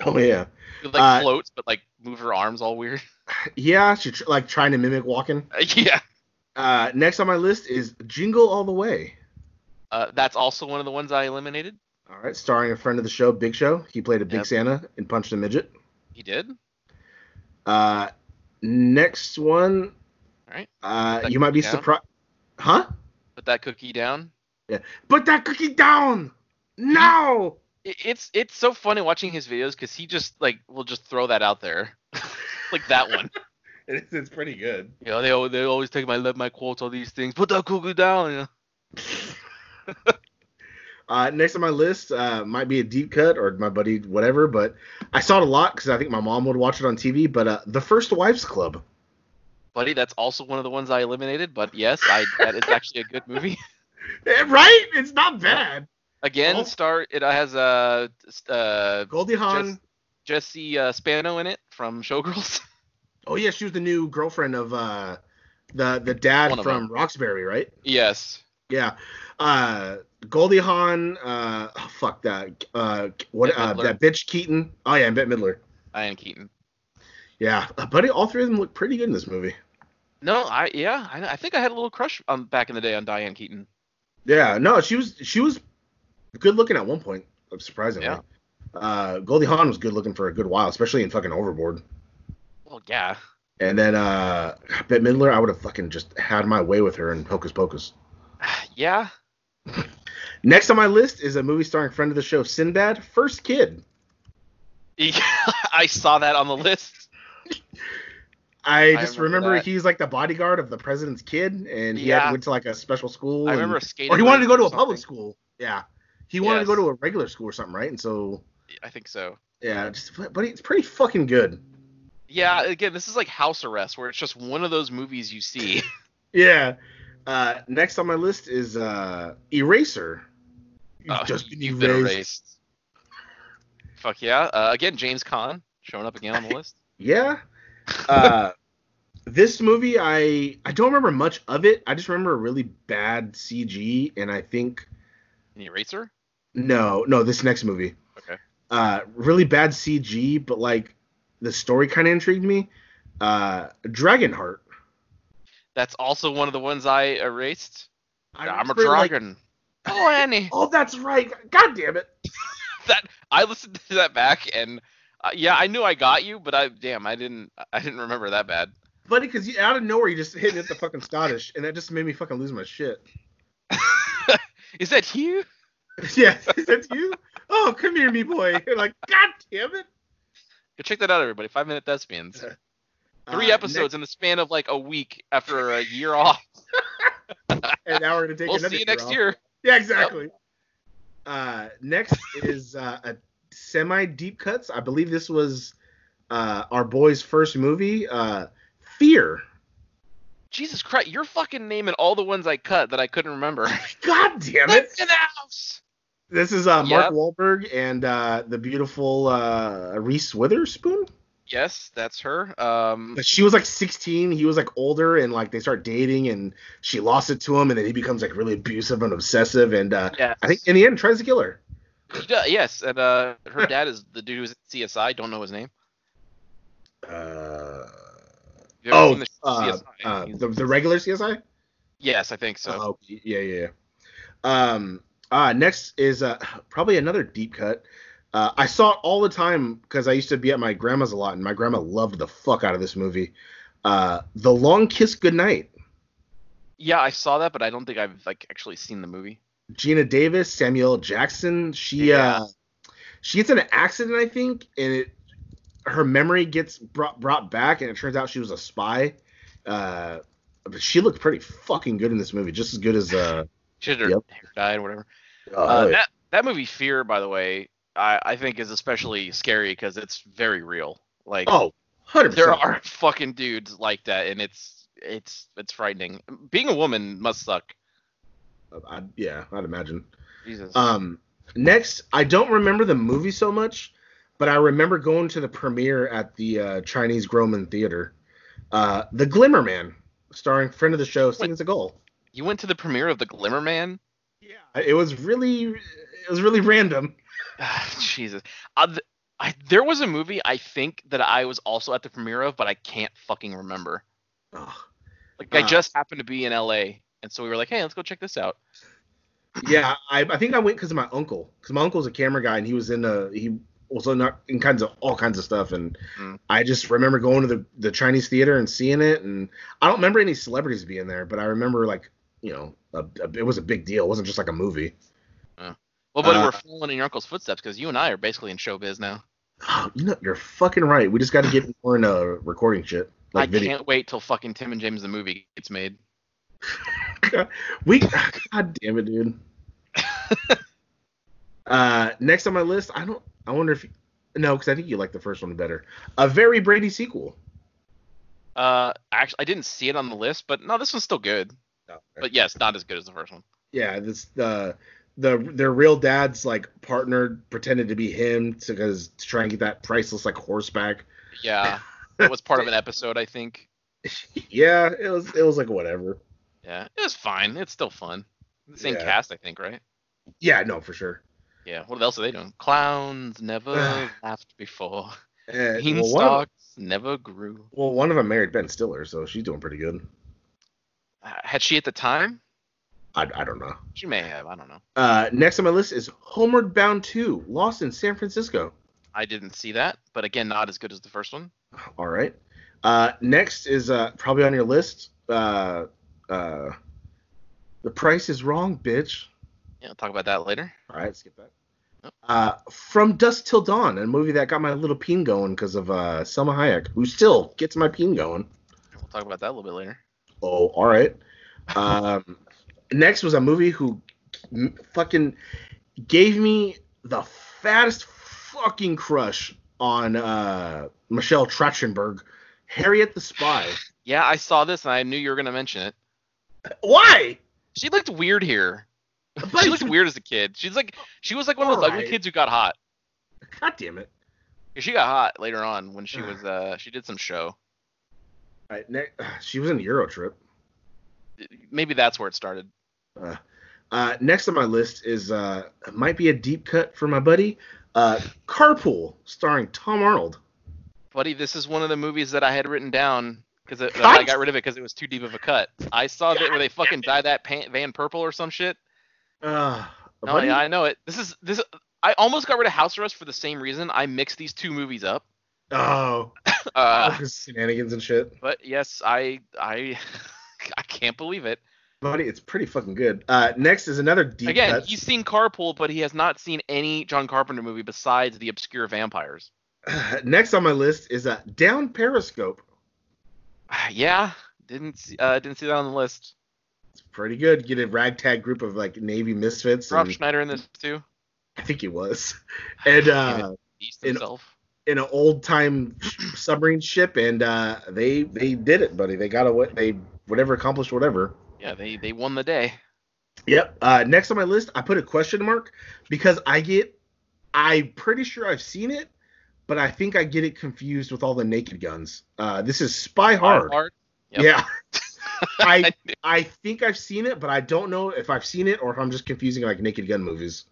[SPEAKER 4] Oh yeah.
[SPEAKER 3] Who, like
[SPEAKER 4] Uh,
[SPEAKER 3] floats, but like move her arms all weird.
[SPEAKER 4] Yeah, she's tr- like trying to mimic walking.
[SPEAKER 3] yeah.
[SPEAKER 4] Uh, next on my list is Jingle All the Way.
[SPEAKER 3] Uh, that's also one of the ones I eliminated.
[SPEAKER 4] All right, starring a friend of the show, Big Show. He played a big
[SPEAKER 3] Yep.
[SPEAKER 4] Santa and punched a midget.
[SPEAKER 3] He did.
[SPEAKER 4] Uh, next one.
[SPEAKER 3] All right.
[SPEAKER 4] Uh,
[SPEAKER 3] That
[SPEAKER 4] you might be
[SPEAKER 3] cookie down?
[SPEAKER 4] surprised. Huh?
[SPEAKER 3] Put that cookie down.
[SPEAKER 4] Put that cookie down. No.
[SPEAKER 3] It, it's it's so funny watching his videos because he just like will just throw that out there, like that one.
[SPEAKER 4] It's, it's pretty good.
[SPEAKER 3] You know, they al- they always take my love my quotes all these things. Put that cookie down. You know?
[SPEAKER 4] Uh, next on my list uh, might be a deep cut or my buddy whatever, but I saw it a lot because I think my mom would watch it on TV. But uh, the First Wives Club.
[SPEAKER 3] Buddy, that's also one of the ones I eliminated. But yes, I that is actually a good movie.
[SPEAKER 4] Eh, Right? It's not bad.
[SPEAKER 3] Again,
[SPEAKER 4] Oh.
[SPEAKER 3] star it has uh, s- uh
[SPEAKER 4] Goldie Hawn.
[SPEAKER 3] Jess- Jesse uh, Spano in it from Showgirls.
[SPEAKER 4] Oh yeah, she was the new girlfriend of uh, the the dad
[SPEAKER 3] One of
[SPEAKER 4] from Roxbury, right?
[SPEAKER 3] yes.
[SPEAKER 4] Yeah. Uh, Goldie Hawn. Uh, oh, fuck that. Uh, what?
[SPEAKER 3] Bette
[SPEAKER 4] Uh,
[SPEAKER 3] Midler.
[SPEAKER 4] that bitch Keaton. Oh yeah, and Bette Midler.
[SPEAKER 3] Ian Keaton.
[SPEAKER 4] Yeah, Uh, buddy. All three of them look pretty good in this movie.
[SPEAKER 3] No, I yeah, I, I think I had a little crush um, back in the day on Diane Keaton.
[SPEAKER 4] Yeah. No, she was she was good looking at one point. Surprisingly.
[SPEAKER 3] Yeah.
[SPEAKER 4] Uh, Goldie Hawn was good looking for a good while, especially in fucking Overboard.
[SPEAKER 3] Well, yeah,
[SPEAKER 4] And then uh, Bette Midler, I would have fucking just had my way with her in Hocus Pocus.
[SPEAKER 3] yeah.
[SPEAKER 4] Next on my list is a movie starring friend of the show Sinbad, First Kid.
[SPEAKER 3] I saw that on the list.
[SPEAKER 4] I just
[SPEAKER 3] remember
[SPEAKER 4] remember,
[SPEAKER 3] that.
[SPEAKER 4] he's like the bodyguard of the president's kid, and he had
[SPEAKER 3] Yeah.
[SPEAKER 4] went to like a special school.
[SPEAKER 3] I
[SPEAKER 4] and-
[SPEAKER 3] remember skating.
[SPEAKER 4] or he wanted to go
[SPEAKER 3] rink or
[SPEAKER 4] to a public
[SPEAKER 3] something.
[SPEAKER 4] school. Yeah, he wanted to go
[SPEAKER 3] Yes.
[SPEAKER 4] to a regular school or something, right? And so,
[SPEAKER 3] I think so.
[SPEAKER 4] yeah, just but it's pretty fucking good.
[SPEAKER 3] Yeah, again, this is like House Arrest, where it's just one of those movies you see.
[SPEAKER 4] Yeah. Uh, next on my list is uh, Eraser. You've
[SPEAKER 3] Uh,
[SPEAKER 4] just been
[SPEAKER 3] you've
[SPEAKER 4] erased.
[SPEAKER 3] erased. Fuck yeah! Uh, again, James Caan showing up again on the list.
[SPEAKER 4] Yeah. Uh, this movie, I I don't remember much of it. I just remember a really bad CG, and I think
[SPEAKER 3] An eraser.
[SPEAKER 4] no, no, this next movie.
[SPEAKER 3] Okay.
[SPEAKER 4] Uh, really bad CG, but like the story kind of intrigued me. Uh, Dragonheart.
[SPEAKER 3] That's also one of the ones I erased.
[SPEAKER 4] I
[SPEAKER 3] I'm a
[SPEAKER 4] remember, like-
[SPEAKER 3] dragon. oh, Annie.
[SPEAKER 4] oh, that's right. God damn it.
[SPEAKER 3] that I listened to that back and uh, yeah, I knew I got you, but I damn, I didn't I didn't remember that bad.
[SPEAKER 4] Funny, because you out of nowhere you just hit me with the fucking Scottish, and that just made me fucking lose my shit.
[SPEAKER 3] Is that you?
[SPEAKER 4] yeah, is that you? Oh, come here, me boy. You're like, God damn it.
[SPEAKER 3] Go check that out, everybody. Five minute thespians. Three
[SPEAKER 4] Uh,
[SPEAKER 3] episodes in the span of like a week after a year off.
[SPEAKER 4] next- and now we're gonna take
[SPEAKER 3] We'll
[SPEAKER 4] another
[SPEAKER 3] see you next
[SPEAKER 4] off.
[SPEAKER 3] year.
[SPEAKER 4] Yeah, exactly. Uh, next is uh, a semi deep cuts. I believe this was uh, our boy's first movie, uh, Fear.
[SPEAKER 3] Jesus Christ, you're fucking naming all the ones I cut that I couldn't remember.
[SPEAKER 4] God damn
[SPEAKER 3] Live
[SPEAKER 4] it!
[SPEAKER 3] in the house.
[SPEAKER 4] This is uh, Mark
[SPEAKER 3] Yep.
[SPEAKER 4] Wahlberg and uh, the beautiful uh, Reese Witherspoon.
[SPEAKER 3] Yes, that's her. Um
[SPEAKER 4] But she was like 16. He was like older, and like they start dating, and she lost it to him, and then he becomes like really abusive and obsessive, and uh,
[SPEAKER 3] yes.
[SPEAKER 4] I think in the end tries to kill her.
[SPEAKER 3] She does- yes, and uh her dad is the dude who's at CSI, don't know his name.
[SPEAKER 4] Uh,
[SPEAKER 3] Have you ever
[SPEAKER 4] oh,
[SPEAKER 3] seen the show
[SPEAKER 4] uh,
[SPEAKER 3] CSI?
[SPEAKER 4] uh,
[SPEAKER 3] He's-
[SPEAKER 4] the, the regular CSI.
[SPEAKER 3] yes, I think so.
[SPEAKER 4] Oh, yeah, yeah, yeah. Um, uh, next is uh, probably another deep cut. Uh, I saw it all the time because I used to be at my grandma's a lot, and my grandma loved the fuck out of this movie. Uh, the Long Kiss Goodnight.
[SPEAKER 3] Yeah, I saw that, but I don't think I've like actually seen the movie.
[SPEAKER 4] Gina Davis, Samuel L. Jackson. She uh, she gets in an accident, I think, and it her memory gets brought brought back, and it turns out she was a spy. Uh, but she looked pretty fucking good in this movie, just as good as uh.
[SPEAKER 3] Should her
[SPEAKER 4] Yep.
[SPEAKER 3] hair dyed or whatever. Uh,
[SPEAKER 4] uh,
[SPEAKER 3] That that movie Fear, by the way, I, I think is especially scary because it's very real. Like
[SPEAKER 4] oh, 100%.
[SPEAKER 3] there are fucking dudes like that, and it's it's it's frightening. Being a woman must suck.
[SPEAKER 4] I, yeah, I'd imagine.
[SPEAKER 3] Jesus.
[SPEAKER 4] Um, Next, I don't remember the movie so much, but I remember going to the premiere at the uh, Chinese Groman Theater. Uh, the Glimmer Man, starring friend of the show, Sting as a Goal.
[SPEAKER 3] You went to the premiere of The Glimmer Man?
[SPEAKER 4] Yeah, it was really, it was really random.
[SPEAKER 3] Ah, Jesus. Uh, th- I, there was a movie I think that I was also at the premiere of, but I can't fucking remember.
[SPEAKER 4] Ugh.
[SPEAKER 3] Like I
[SPEAKER 4] Ah.
[SPEAKER 3] just happened to be in LA, and so we were like, "Hey, let's go check this out."
[SPEAKER 4] Yeah, I, I think I went because of my uncle. Because my uncle's a camera guy, and he was in a he was in, a- in kinds of all kinds of stuff. And
[SPEAKER 3] Mm.
[SPEAKER 4] I just remember going to the the Chinese theater and seeing it. And I don't remember any celebrities being there, but I remember like you know a, a- it was a big deal. It wasn't just like a movie.
[SPEAKER 3] Well, buddy,
[SPEAKER 4] Uh.
[SPEAKER 3] we're following in your uncle's footsteps because you and I are basically in showbiz now.
[SPEAKER 4] Oh, you know, you're fucking right. We just got to get more into recording shit like
[SPEAKER 3] I
[SPEAKER 4] video.
[SPEAKER 3] can't wait till fucking Tim and James the movie gets made.
[SPEAKER 4] We god damn it, dude. uh, next on my list, I don't. I wonder if you, no, because I think you like the first one better. A very Brady sequel.
[SPEAKER 3] Uh, actually, I didn't see it on the list, but no, this one's still good. But yes, not as good as the first one.
[SPEAKER 4] yeah, this the the their real dad's like partner pretended to be him to cause to try and get that priceless like horseback.
[SPEAKER 3] Yeah, that was part of an episode, I think.
[SPEAKER 4] yeah, it was it was like whatever.
[SPEAKER 3] Yeah, it was fine. It's still fun. The same
[SPEAKER 4] Yeah.
[SPEAKER 3] cast, I think, right?
[SPEAKER 4] Yeah, no, for sure.
[SPEAKER 3] Yeah. What else are they doing? Clowns never laughed before.
[SPEAKER 4] And, Uh, well, one of,
[SPEAKER 3] Beanstalks never grew.
[SPEAKER 4] well, one of them married Ben Stiller, so she's doing pretty good.
[SPEAKER 3] Uh, Had she at the time?
[SPEAKER 4] I, I don't know.
[SPEAKER 3] She may have. I don't know.
[SPEAKER 4] Uh, next on my list is Homeward Bound 2, Lost in San Francisco.
[SPEAKER 3] I didn't see that, but again, not as good as the first one.
[SPEAKER 4] All right. Uh, next is uh, probably on your list. Uh, uh, the Price is Wrong, bitch.
[SPEAKER 3] Yeah, I'll talk about that later.
[SPEAKER 4] All right, skip that.
[SPEAKER 3] Nope.
[SPEAKER 4] Uh, From Dusk Till Dawn, a movie that got my little peen going because of uh, Selma Hayek, who still gets my peen going.
[SPEAKER 3] We'll talk about that a little bit later.
[SPEAKER 4] Oh, all right. Um, next was a movie who m- fucking gave me the fattest fucking crush on uh, Michelle Trachtenberg, Harriet the Spy.
[SPEAKER 3] Yeah, I saw this and I knew you were gonna mention it.
[SPEAKER 4] Why?
[SPEAKER 3] She looked weird here.
[SPEAKER 4] But-
[SPEAKER 3] she looked weird as a kid. She's like, she was like one of those ugly
[SPEAKER 4] Alright.
[SPEAKER 3] kids who got hot.
[SPEAKER 4] God damn it.
[SPEAKER 3] 'Cause She got hot later on when she was, uh, she did some show.
[SPEAKER 4] All right, next, she was in Eurotrip.
[SPEAKER 3] Maybe that's where it started.
[SPEAKER 4] Uh, uh, next on my list is uh, it might be a deep cut for my buddy, uh, Carpool, starring Tom Arnold.
[SPEAKER 3] Buddy, this is one of the movies that I had written down because
[SPEAKER 4] Cut?
[SPEAKER 3] I got rid of it because it was too deep of a cut. I saw that where they fucking dye that pan- van purple or some shit.
[SPEAKER 4] Uh, my
[SPEAKER 3] No,
[SPEAKER 4] buddy-
[SPEAKER 3] Oh, yeah, I know it. This is this. I almost got rid of House Arrest for the same reason. I mixed these two movies up.
[SPEAKER 4] oh,
[SPEAKER 3] Uh,
[SPEAKER 4] his shenanigans and shit.
[SPEAKER 3] but yes, I I I can't believe it.
[SPEAKER 4] Buddy, it's pretty fucking good. Uh, next is another deep
[SPEAKER 3] Again,
[SPEAKER 4] cut.
[SPEAKER 3] he's seen Carpool, but he has not seen any John Carpenter movie besides the obscure vampires.
[SPEAKER 4] next on my list is uh, Down Periscope.
[SPEAKER 3] yeah, didn't see, uh, didn't see that on the list.
[SPEAKER 4] It's pretty good. Get a ragtag group of like Navy misfits.
[SPEAKER 3] Rob
[SPEAKER 4] And
[SPEAKER 3] Schneider in this too.
[SPEAKER 4] I think he was, and uh,
[SPEAKER 3] Beast
[SPEAKER 4] in-
[SPEAKER 3] himself.
[SPEAKER 4] in an old time submarine ship, and uh, they they did it, buddy. They got away. They whatever accomplished whatever.
[SPEAKER 3] Yeah, they they won the day.
[SPEAKER 4] Yep. Uh, next on my list, I put a question mark because I get, I'm pretty sure I've seen it, but I think I get it confused with all the Naked Guns. Uh, this is Spy Hard.
[SPEAKER 3] Yep.
[SPEAKER 4] Yeah. I
[SPEAKER 3] I knew-
[SPEAKER 4] I think I've seen it, but I don't know if I've seen it or if I'm just confusing like Naked Gun movies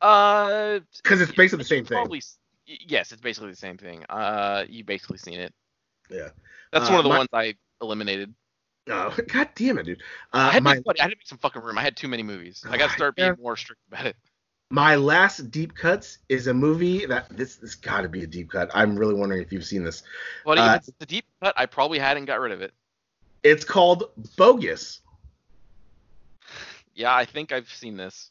[SPEAKER 3] uh,
[SPEAKER 4] because it's basically the
[SPEAKER 3] you
[SPEAKER 4] same thing.
[SPEAKER 3] probably s- y- yes, it's basically the same thing. Uh, you basically seen it.
[SPEAKER 4] Yeah.
[SPEAKER 3] That's
[SPEAKER 4] Uh,
[SPEAKER 3] one of the
[SPEAKER 4] my-
[SPEAKER 3] ones I eliminated.
[SPEAKER 4] Oh, God damn it, dude.
[SPEAKER 3] I
[SPEAKER 4] Uh,
[SPEAKER 3] had, to
[SPEAKER 4] my
[SPEAKER 3] make, buddy, I had to make some fucking room. I had too many movies. I got to start being
[SPEAKER 4] Yeah.
[SPEAKER 3] more strict about it.
[SPEAKER 4] my last deep cuts is a movie that this this got to be a deep cut. I'm really wondering if you've seen this.
[SPEAKER 3] But
[SPEAKER 4] Uh,
[SPEAKER 3] if it's the deep cut, I probably hadn't got rid of it.
[SPEAKER 4] It's called Bogus.
[SPEAKER 3] Yeah, I think I've seen this.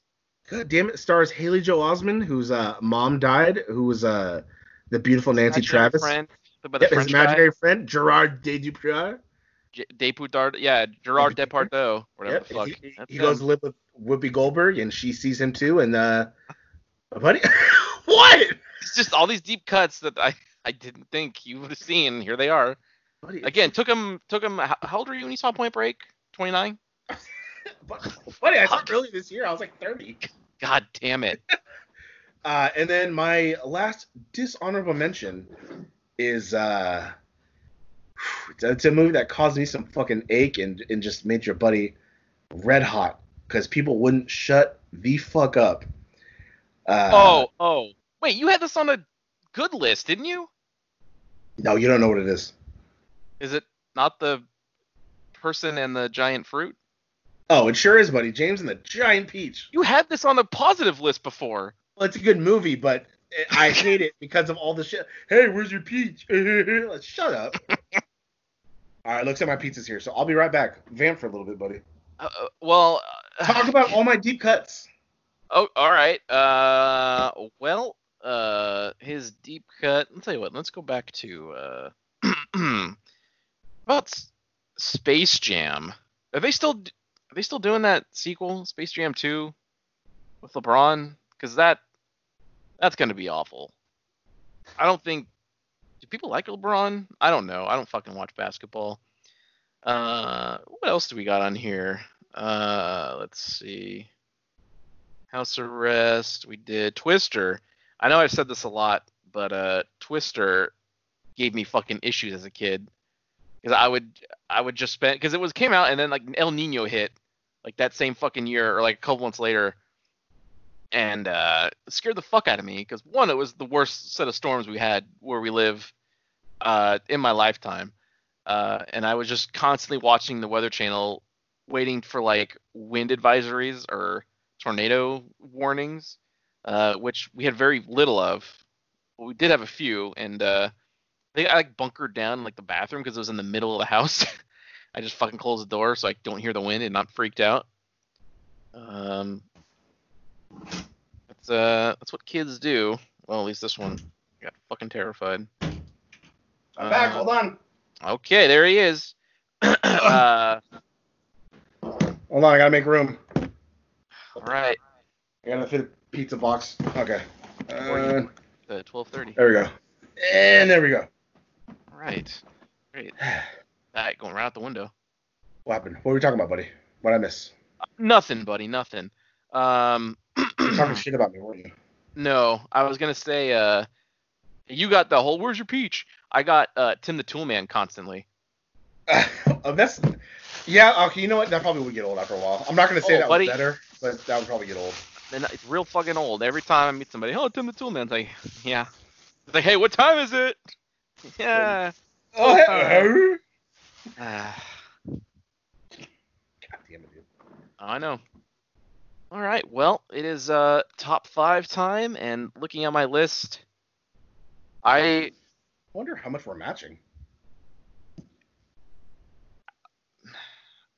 [SPEAKER 4] God damn it! Stars Haley Joel Osment, whose uh, mom died, who was uh, the beautiful Nancy
[SPEAKER 3] Imaginary
[SPEAKER 4] Travis.
[SPEAKER 3] Friend, but the
[SPEAKER 4] Yep, his
[SPEAKER 3] French guy,
[SPEAKER 4] imaginary friend Gerard Depardieu.
[SPEAKER 3] J- Depardard, yeah, Gerard Depardieu, whatever
[SPEAKER 4] Yep.
[SPEAKER 3] the fuck.
[SPEAKER 4] He, he-
[SPEAKER 3] That's
[SPEAKER 4] he goes
[SPEAKER 3] him.
[SPEAKER 4] to live with Whoopi Goldberg, and she sees him too. And uh, buddy, what?
[SPEAKER 3] It's just all these deep cuts that I, I didn't think you would have seen. Here they are.
[SPEAKER 4] Buddy,
[SPEAKER 3] Again, took him, took him. How how old were you when you saw Point Break? 29.
[SPEAKER 4] buddy, I saw it earlier this year. I was like thirty.
[SPEAKER 3] God damn it.
[SPEAKER 4] Uh, and then my last dishonorable mention is uh, it's a- it's a movie that caused me some fucking ache and, and just made your buddy red hot because people wouldn't shut the fuck up. Uh,
[SPEAKER 3] oh, oh. Wait, you had this on a good list, didn't you?
[SPEAKER 4] no, you don't know what it is.
[SPEAKER 3] Is it not the person and the giant fruit?
[SPEAKER 4] Oh, it sure is, buddy. James and the Giant Peach.
[SPEAKER 3] You had this on a positive list before.
[SPEAKER 4] Well, it's a good movie, but I hate it because of all the shit. Hey, where's your peach? Like, Shut up. all right, looks like my pizza's here, so I'll be right back. Vamp for a little bit, buddy.
[SPEAKER 3] Uh, uh, well, uh,
[SPEAKER 4] Talk about all my deep cuts.
[SPEAKER 3] Oh, all right. Uh, well, uh, his deep cut. I'll tell you what. Let's go back to uh, about S- Space Jam. Are they still d- are they still doing that sequel, Space Jam Two, with LeBron? Because that that's gonna be awful. I don't think. Do people like LeBron? I don't know. I don't fucking watch basketball. Uh, what else do we got on here? Uh, let's see. House Arrest. We did Twister. I know I've said this a lot, but uh, Twister gave me fucking issues as a kid because I would I would just spend because it was came out and then like El Nino hit like that same fucking year or like a couple months later, and uh, scared the fuck out of me because one it was the worst set of storms we had where we live uh, in my lifetime, uh, and I was just constantly watching the Weather Channel waiting for like wind advisories or tornado warnings, uh, which we had very little of. But we did have a few, and uh, I think I like bunkered down in, like the bathroom because it was in the middle of the house. I just fucking closed the door so I don't hear the wind and not freaked out. Um, that's uh, that's what kids do. Well, at least this one got fucking terrified.
[SPEAKER 4] I'm back.
[SPEAKER 3] Uh,
[SPEAKER 4] Hold on.
[SPEAKER 3] Okay, there he is. uh,
[SPEAKER 4] Hold on. I gotta make room.
[SPEAKER 3] all right,
[SPEAKER 4] I gotta fit a pizza box. Okay. Uh,
[SPEAKER 3] Or the twelve thirty.
[SPEAKER 4] there we go. And there we go.
[SPEAKER 3] All right, great. That going right out the window.
[SPEAKER 4] What happened? What were we talking about, buddy? What I miss?
[SPEAKER 3] Nothing, buddy. Nothing. Um,
[SPEAKER 4] You were talking shit about me, weren't you?
[SPEAKER 3] no, I was gonna say, uh, you got the whole. Where's your peach? I got uh, Tim the Tool Man constantly.
[SPEAKER 4] oh, that's. Yeah. Okay. You know what? That probably would get old after a while. I'm not gonna say
[SPEAKER 3] Oh,
[SPEAKER 4] that
[SPEAKER 3] buddy.
[SPEAKER 4] was better, but that would probably get old.
[SPEAKER 3] And it's real fucking old. Every time I meet somebody, oh, Tim the Tool Man. It's like, yeah. It's like, hey, what time is it? Yeah.
[SPEAKER 4] Oh,
[SPEAKER 3] hello. Ah,
[SPEAKER 4] God damn it, dude.
[SPEAKER 3] I know. All right. Well, it is uh, top five time, and looking at my list, I
[SPEAKER 4] I wonder how much we're matching.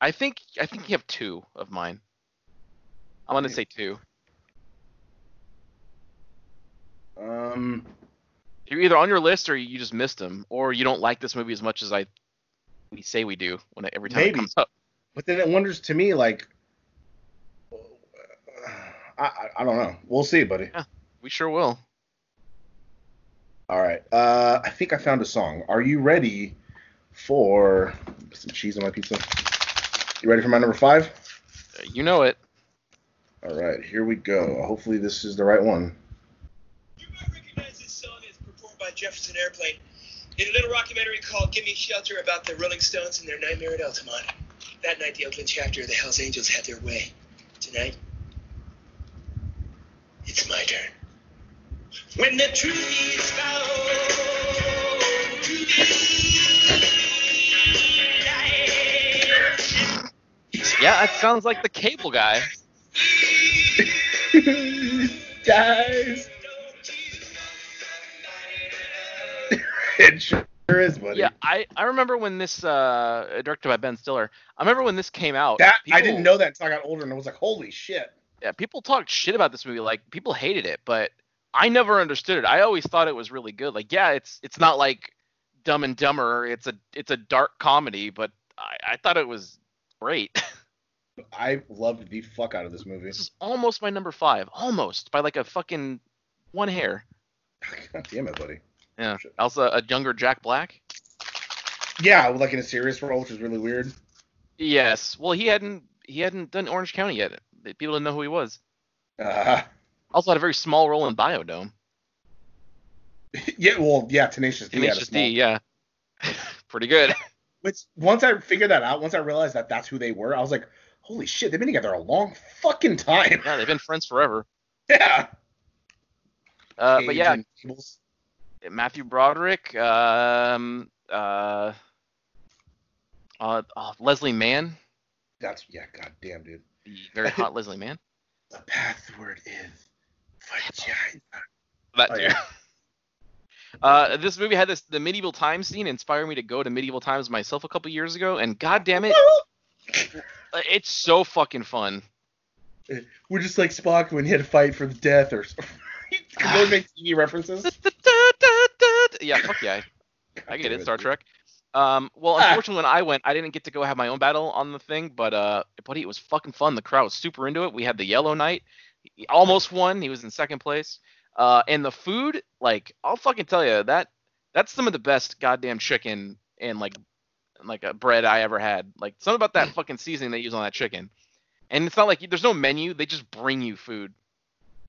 [SPEAKER 3] I think I think you have two of mine. I'm gonna say two.
[SPEAKER 4] Um.
[SPEAKER 3] You're either on your list or you just missed them, or you don't like this movie as much as I we say we do when it, every time it
[SPEAKER 4] Maybe.
[SPEAKER 3] comes up.
[SPEAKER 4] But then it wonders to me, like, uh, I, I, I don't know. We'll see, buddy.
[SPEAKER 3] We sure will.
[SPEAKER 4] All right. Uh, I think I found a song. Are you ready for put some cheese on my pizza? You ready for my number five?
[SPEAKER 3] Uh, You know it.
[SPEAKER 4] All right. Here we go. Hopefully, this is the right one.
[SPEAKER 5] You might recognize this song as performed by Jefferson Airplane in a little documentary called Give Me Shelter about the Rolling Stones and their nightmare at Altamont. That night, the Oakland chapter of the Hells Angels had their way. Tonight, it's my turn. When the truth is found to be
[SPEAKER 3] Yeah, that sounds like the cable guy.
[SPEAKER 4] Guys, it sure is, buddy.
[SPEAKER 3] Yeah, I, I remember when this uh directed by Ben Stiller. I remember when this came out.
[SPEAKER 4] That I
[SPEAKER 3] people-
[SPEAKER 4] didn't know that until I got older, and I was like, holy shit.
[SPEAKER 3] Yeah, people talked shit about this movie. Like people hated it, but I never understood it. I always thought it was really good. Like yeah, it's it's not like Dumb and Dumber. It's a it's a dark comedy, but I, I thought it was great.
[SPEAKER 4] I loved the fuck out of this movie.
[SPEAKER 3] This is almost my number five, almost by like a fucking one hair.
[SPEAKER 4] God damn it, buddy.
[SPEAKER 3] Yeah.
[SPEAKER 4] Shit.
[SPEAKER 3] Also, a younger Jack Black.
[SPEAKER 4] Yeah, like in a serious role, which is really weird.
[SPEAKER 3] Yes. Well, he hadn't he hadn't done Orange County yet. People didn't know who he was.
[SPEAKER 4] Uh,
[SPEAKER 3] Also had a very small role in Biodome.
[SPEAKER 4] yeah, well, yeah, Tenacious D. had a
[SPEAKER 3] Tenacious D,
[SPEAKER 4] small-
[SPEAKER 3] yeah. Pretty good.
[SPEAKER 4] Which once I figured that out, once I realized that that's who they were, I was like, holy shit, they've been together a long fucking time.
[SPEAKER 3] Yeah, they've been friends forever.
[SPEAKER 4] yeah.
[SPEAKER 3] Uh, but
[SPEAKER 4] Cage
[SPEAKER 3] yeah,
[SPEAKER 4] and Gables.
[SPEAKER 3] Matthew Broderick, um, uh, uh, oh, Leslie Mann,
[SPEAKER 4] That's yeah, goddamn, dude.
[SPEAKER 3] the very hot Leslie Mann.
[SPEAKER 4] The password is vagina.
[SPEAKER 3] That
[SPEAKER 4] Oh,
[SPEAKER 3] too.
[SPEAKER 4] yeah.
[SPEAKER 3] Uh, this movie had this the medieval times scene inspired me to go to medieval times myself a couple years ago, and god damn it, it's so fucking fun.
[SPEAKER 4] We're just like Spock when he had a fight for the death or something. Can those make TV references?
[SPEAKER 3] Yeah, fuck yeah, I get it, Star
[SPEAKER 4] Goddamn
[SPEAKER 3] Trek. Um, well,
[SPEAKER 4] Ah.
[SPEAKER 3] unfortunately, when I went, I didn't get to go have my own battle on the thing, but uh, buddy, it was fucking fun. The crowd was super into it. We had the Yellow Knight, he almost won. He was in second place. Uh, and the food, like, I'll fucking tell you that that's some of the best goddamn chicken and like and, like a bread I ever had. Like, something about that fucking seasoning they use on that chicken. And it's not like there's no menu; they just bring you food.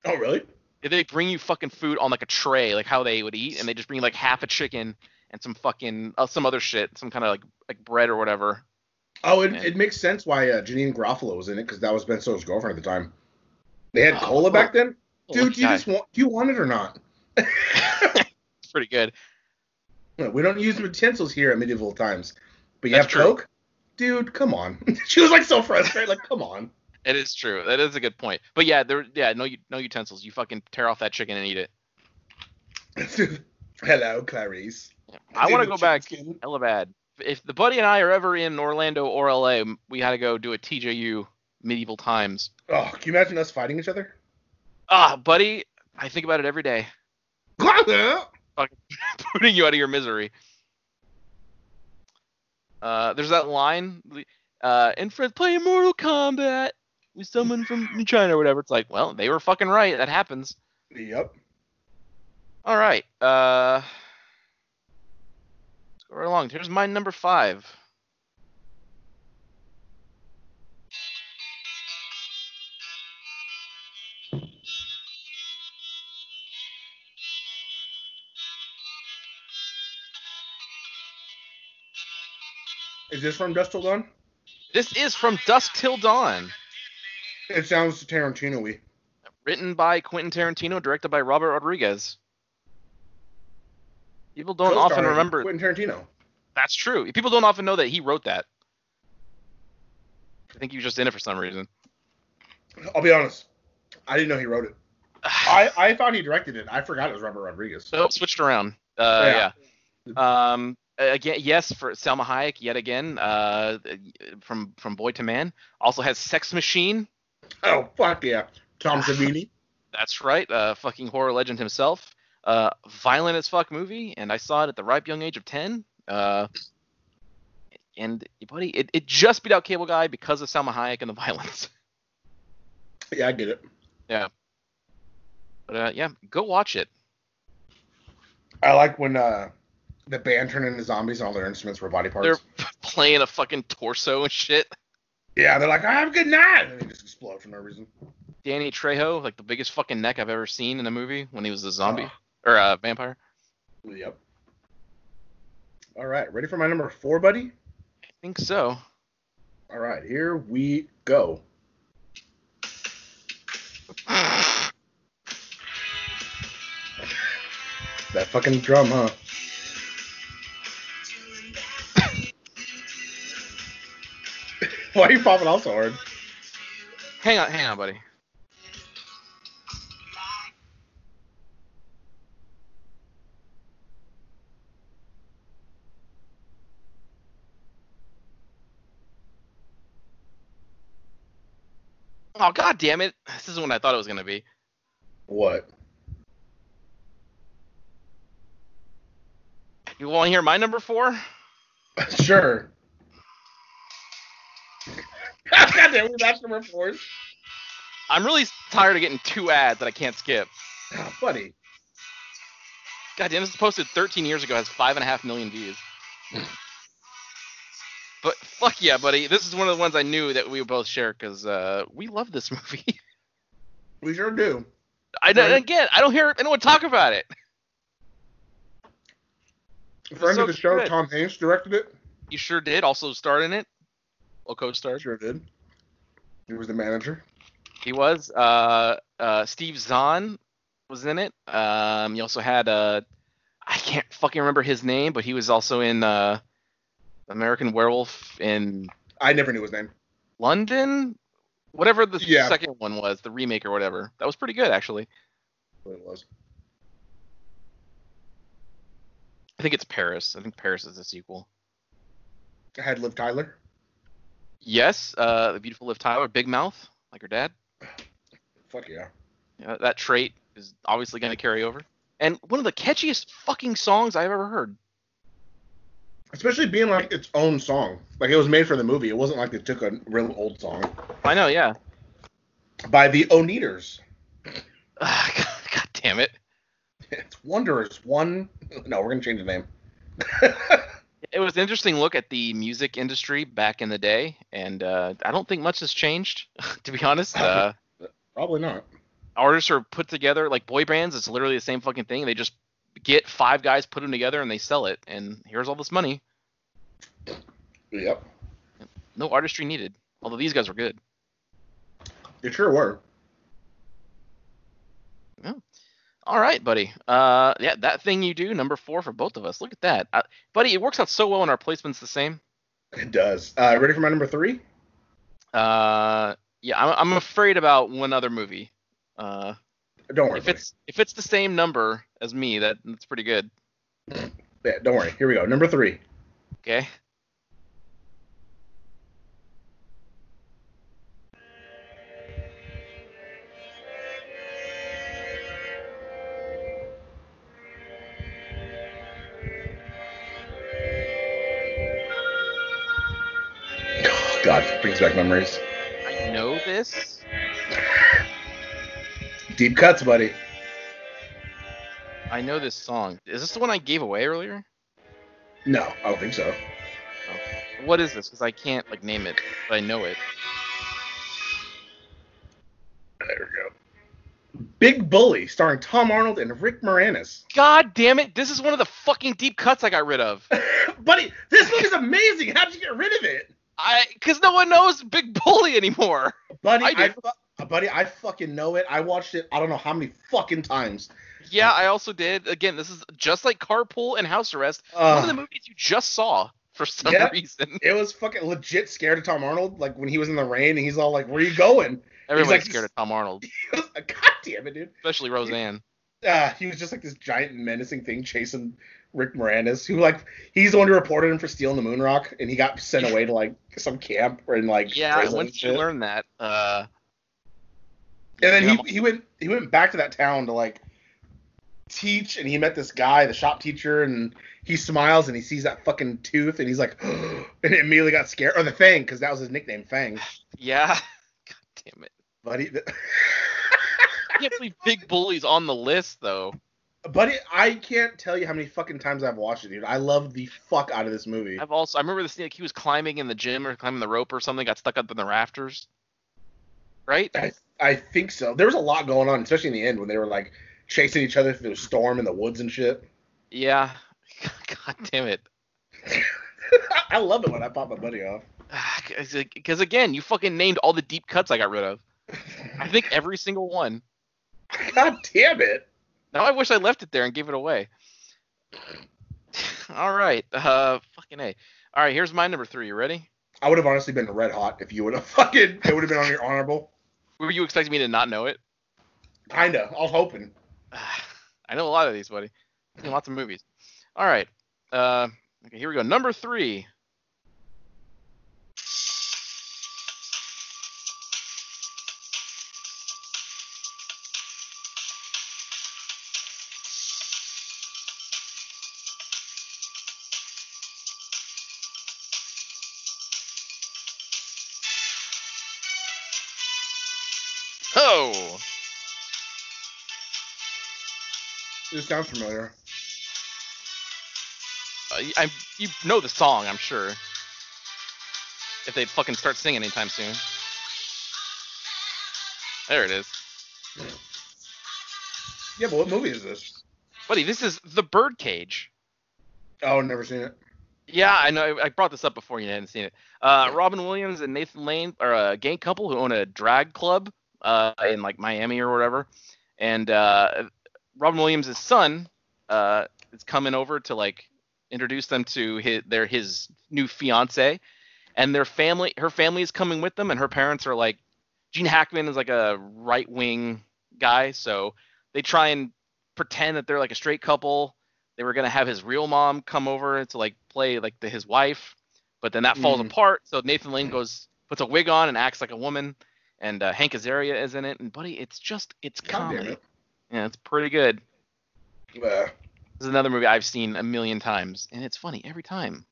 [SPEAKER 4] Oh really?
[SPEAKER 3] They bring you fucking food on like a tray, like how they would eat, and they just bring you like half a chicken and some fucking uh, some other shit, some kind of like like bread or whatever.
[SPEAKER 4] Oh, it,
[SPEAKER 3] Yeah.
[SPEAKER 4] it makes sense why uh, Janine Garofalo was in it because that was Ben Stiller's girlfriend at the time. They had
[SPEAKER 3] Oh,
[SPEAKER 4] cola back then,
[SPEAKER 3] Holy
[SPEAKER 4] dude. Do you
[SPEAKER 3] cow,
[SPEAKER 4] just want do you want it or not?
[SPEAKER 3] it's pretty good.
[SPEAKER 4] we don't use utensils here at medieval times, but you
[SPEAKER 3] That's
[SPEAKER 4] have
[SPEAKER 3] true.
[SPEAKER 4] coke, dude. Come on. she was like so frustrated, like come on.
[SPEAKER 3] It is true. That is a good point. But yeah, there yeah no u- no utensils. You fucking tear off that chicken and eat it.
[SPEAKER 4] Hello, Clarice.
[SPEAKER 3] I want to
[SPEAKER 4] Dude,
[SPEAKER 3] go
[SPEAKER 4] chicken
[SPEAKER 3] back.
[SPEAKER 4] skin.
[SPEAKER 3] Elabad. If the buddy and I are ever in Orlando or LA, we gotta go do a TJU medieval times.
[SPEAKER 4] Oh, can you imagine us fighting each other?
[SPEAKER 3] Ah, buddy, I think about it every day. putting you out of your misery. Uh, there's that line, uh, in France, play Mortal Kombat with someone from China or whatever. It's like, well, they were fucking right. That happens.
[SPEAKER 4] Yep.
[SPEAKER 3] All right. Uh, let's go right along. Here's my number five.
[SPEAKER 4] Is this from Dust Till Dawn?
[SPEAKER 3] This is from Dusk Till Dawn,
[SPEAKER 4] It sounds Tarantino-y.
[SPEAKER 3] written by Quentin Tarantino, directed by Robert Rodriguez. People don't
[SPEAKER 4] Co-starring
[SPEAKER 3] often remember.
[SPEAKER 4] Quentin Tarantino.
[SPEAKER 3] That's true. People don't often know that he wrote that. I think he was just in it for some reason.
[SPEAKER 4] I'll be honest. I didn't know he wrote it. I, I thought he directed it. I forgot it was Robert Rodriguez.
[SPEAKER 3] So it switched around. Uh,
[SPEAKER 4] Yeah.
[SPEAKER 3] yeah. Um. Again, yes, for Selma Hayek yet again. Uh, from from boy to man. Also has Sex Machine.
[SPEAKER 4] Oh fuck yeah, Tom Savini.
[SPEAKER 3] That's right. Uh, fucking horror legend himself. Uh, violent as fuck movie, and I saw it at the ripe young age of ten. Uh. And buddy, it, it just beat out Cable Guy because of Selma Hayek and the violence.
[SPEAKER 4] yeah, I get it.
[SPEAKER 3] But uh, yeah, go watch it.
[SPEAKER 4] I like when uh the band turned into zombies and all their instruments were body parts.
[SPEAKER 3] They're playing a fucking torso and shit.
[SPEAKER 4] yeah, they're like, I have a good night, and they just explode for no reason.
[SPEAKER 3] Danny Trejo, like the biggest fucking neck I've ever seen in a movie when he was a zombie or a vampire.
[SPEAKER 4] Yep. All right, ready for my number four, buddy?
[SPEAKER 3] I think so.
[SPEAKER 4] All right, here we go. That fucking drum, huh? Why are you popping off so hard?
[SPEAKER 3] Hang on, hang on, buddy. Oh god damn it. This isn't what I thought it was gonna be.
[SPEAKER 4] What?
[SPEAKER 3] You wanna hear my number four?
[SPEAKER 4] sure. Goddamn, we're back to number four.
[SPEAKER 3] I'm really tired of getting two ads that I can't skip.
[SPEAKER 4] Oh, buddy.
[SPEAKER 3] God damn, this is posted 13 years ago. Has five and a half million views. but fuck yeah, buddy. This is one of the ones I knew that we would both share because uh, we love this movie.
[SPEAKER 4] We sure do.
[SPEAKER 3] I don't,
[SPEAKER 6] Right.
[SPEAKER 3] again, I don't hear anyone talk about it.
[SPEAKER 4] Friend
[SPEAKER 3] so
[SPEAKER 4] of the show,
[SPEAKER 3] good.
[SPEAKER 4] Tom Hanks directed it.
[SPEAKER 3] You sure did. Also starred in it. Well, co-starred.
[SPEAKER 4] Sure did. He was the manager.
[SPEAKER 3] He was. Uh, uh, Steve Zahn was in it. Um, you also had uh, I can't fucking remember his name, but he was also in uh, American Werewolf in
[SPEAKER 4] I never knew his name.
[SPEAKER 3] London, whatever the
[SPEAKER 4] Yeah.
[SPEAKER 3] second one was, the remake or whatever. That was pretty good actually.
[SPEAKER 4] What it was.
[SPEAKER 3] I think it's Paris. I think Paris is a sequel.
[SPEAKER 4] I had Liv Tyler.
[SPEAKER 3] Yes, uh, the beautiful Liv Tyler, big mouth like her dad.
[SPEAKER 4] Fuck yeah.
[SPEAKER 3] Uh, that trait is obviously going to carry over. And one of the catchiest fucking songs I've ever heard.
[SPEAKER 4] Especially being like its own song. Like it was made for the movie. It wasn't like they took a real old song
[SPEAKER 3] I know, yeah.
[SPEAKER 4] by the Oneaters.
[SPEAKER 3] Ugh, God, God damn it.
[SPEAKER 4] It's Wanderers One. No, we're gonna change the name.
[SPEAKER 3] It was an interesting look at the music industry back in the day, and uh, I don't think much has changed, to be honest. Uh,
[SPEAKER 4] Probably not.
[SPEAKER 3] artists are put together like boy bands. It's literally the same fucking thing. They just get five guys, put them together, and they sell it. And here's all this money.
[SPEAKER 4] Yep.
[SPEAKER 3] No artistry needed. Although these guys were good.
[SPEAKER 4] It sure were.
[SPEAKER 3] All right, buddy. Uh, yeah, that thing you do, number four for both of us. Look at that, uh, buddy. It works out so well, and our placement's the same.
[SPEAKER 4] It does. Uh, ready for my number three?
[SPEAKER 3] Uh, yeah, I'm, I'm afraid about one other movie. Uh,
[SPEAKER 4] Don't worry.
[SPEAKER 3] if it's if it's the same number as me, that that's pretty good.
[SPEAKER 4] buddy. Yeah, don't worry. Here we go. Number three.
[SPEAKER 3] Okay.
[SPEAKER 4] Oh, God, it brings back memories.
[SPEAKER 3] I know this.
[SPEAKER 4] Deep cuts, buddy.
[SPEAKER 3] I know this song. Is this the one I gave away earlier?
[SPEAKER 4] No, I don't think so.
[SPEAKER 3] What is this? Because I can't like name it, but I know it.
[SPEAKER 4] There we go. Big Bully, starring Tom Arnold and Rick Moranis.
[SPEAKER 3] God damn it! This is one of the fucking deep cuts I got rid of.
[SPEAKER 4] buddy, this look is amazing. How'd you get rid of it,
[SPEAKER 3] I because no one knows Big Bully anymore.
[SPEAKER 4] buddy?
[SPEAKER 3] I
[SPEAKER 4] I,
[SPEAKER 3] do.
[SPEAKER 4] fu- uh, buddy, I fucking know it. I watched it. I don't know how many fucking times.
[SPEAKER 3] Yeah, I also did. Again, this is just like Carpool and House Arrest. one of the
[SPEAKER 4] Uh,
[SPEAKER 3] movies you just saw for some
[SPEAKER 4] Yeah.
[SPEAKER 3] reason.
[SPEAKER 4] it was fucking legit scared of Tom Arnold. Like when he was in the rain and he's all like, "Where are you going?"
[SPEAKER 3] Everybody's
[SPEAKER 4] like,
[SPEAKER 3] scared of Tom Arnold,
[SPEAKER 4] He was like, God damn it, dude.
[SPEAKER 3] especially Roseanne.
[SPEAKER 4] uh, he was just like this giant menacing thing chasing Rick Moranis, who like he's the one who reported him for stealing the moon rock, and he got sent away to like some camp or in like
[SPEAKER 3] Yeah,
[SPEAKER 4] prison
[SPEAKER 3] once
[SPEAKER 4] and
[SPEAKER 3] you
[SPEAKER 4] shit.
[SPEAKER 3] learn that, uh,
[SPEAKER 4] and then
[SPEAKER 3] Yeah.
[SPEAKER 4] he, he went he went back to that town to like teach, and he met this guy, the shop teacher, and he smiles and he sees that fucking tooth, and he's like, and immediately got scared, or the Fang, because that was his nickname, Fang,
[SPEAKER 3] yeah. God damn it!
[SPEAKER 4] buddy.
[SPEAKER 3] I can't believe Big Bully's on the list though.
[SPEAKER 4] Buddy, I can't tell you how many fucking times I've watched it, dude. I love the fuck out of this movie.
[SPEAKER 3] I've also I remember the scene like he was climbing in the gym or climbing the rope or something, got stuck up in the rafters. Right?
[SPEAKER 4] I, I think so. There was a lot going on, especially in the end when they were like chasing each other through the storm in the woods and shit.
[SPEAKER 3] Yeah. God damn it.
[SPEAKER 4] I love it when I pop my buddy off.
[SPEAKER 3] Because again, you fucking named all the deep cuts I got rid of. I think every single one.
[SPEAKER 4] God damn it!
[SPEAKER 3] Now I wish I left it there and gave it away. All right. Uh, fucking a. All right. Here's my number three. You ready?
[SPEAKER 4] I would have honestly been red hot if you would have fucking. It would have been on your honorable.
[SPEAKER 3] Were you expecting me to not know it?
[SPEAKER 4] Kinda. I was hoping.
[SPEAKER 3] I know a lot of these, buddy. I've seen lots of movies. All right. Uh, okay, here we go. Number three. Oh.
[SPEAKER 4] This sounds familiar.
[SPEAKER 3] Uh, y- I, you know the song, I'm sure. If they fucking start singing anytime soon. There it is.
[SPEAKER 4] Yeah, but what movie is this?
[SPEAKER 3] Buddy, this is The Birdcage.
[SPEAKER 4] Oh, never seen it.
[SPEAKER 3] Yeah, I know. I brought this up before and you hadn't seen it. Uh, Robin Williams and Nathan Lane are a gang couple who own a drag club uh, in like Miami or whatever. And uh, Robin Williams' son uh, is coming over to like introduce them to his, their his new fiance, and their family. Her family is coming with them, and her parents are like. Gene Hackman is like a right wing guy, so they try and pretend that they're like a straight couple. They were gonna have his real mom come over to like play like the, his wife, but then that falls apart. So Nathan Lane goes puts a wig on and acts like a woman, and uh, Hank Azaria is in it. And buddy, it's just it's
[SPEAKER 4] God damn
[SPEAKER 3] comedy. Yeah, it's pretty good.
[SPEAKER 4] Uh,
[SPEAKER 3] This is another movie I've seen a million times, and it's funny every time.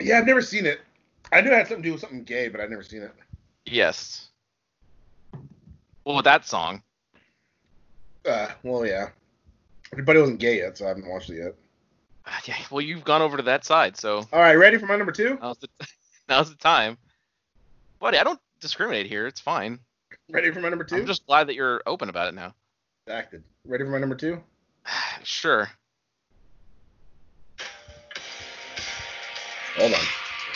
[SPEAKER 4] yeah, I've never seen it. I knew it had something to do with something gay, but I've never seen it.
[SPEAKER 3] Yes. Well, with that song,
[SPEAKER 4] Uh, well, yeah. Everybody wasn't gay yet, so I haven't watched it yet.
[SPEAKER 3] yeah. Well, you've gone over to that side, so
[SPEAKER 4] All right, ready for my number two?
[SPEAKER 3] Now's the now's the time. Buddy, I don't discriminate here. It's fine.
[SPEAKER 4] Ready for my number 2
[SPEAKER 3] I'm just glad that you're open about it now.
[SPEAKER 4] acted. Ready for my number two?
[SPEAKER 3] sure.
[SPEAKER 4] Hold on.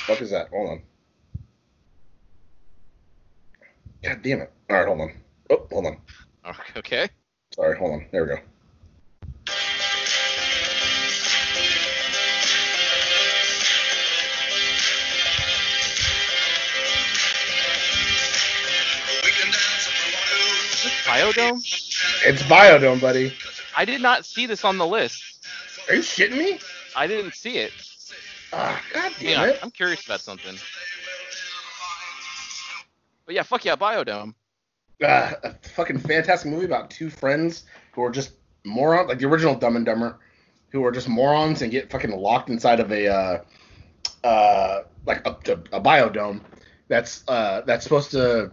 [SPEAKER 4] fuck is that? Hold on. God damn it. All right, hold on. Oh, hold on.
[SPEAKER 3] Okay.
[SPEAKER 4] Sorry, hold on. There we go.
[SPEAKER 3] Biodome?
[SPEAKER 4] It's Biodome, buddy.
[SPEAKER 3] I did not see this on the list.
[SPEAKER 4] Are you shitting me?
[SPEAKER 3] I didn't see it.
[SPEAKER 4] Ah, God
[SPEAKER 3] Hang
[SPEAKER 4] damn
[SPEAKER 3] on,
[SPEAKER 4] it.
[SPEAKER 3] I'm curious about something. But yeah, fuck yeah, Biodome.
[SPEAKER 4] uh, a fucking fantastic movie about two friends who are just morons, like the original Dumb and Dumber, who are just morons and get fucking locked inside of a uh, uh, like a, a biodome that's uh, that's supposed to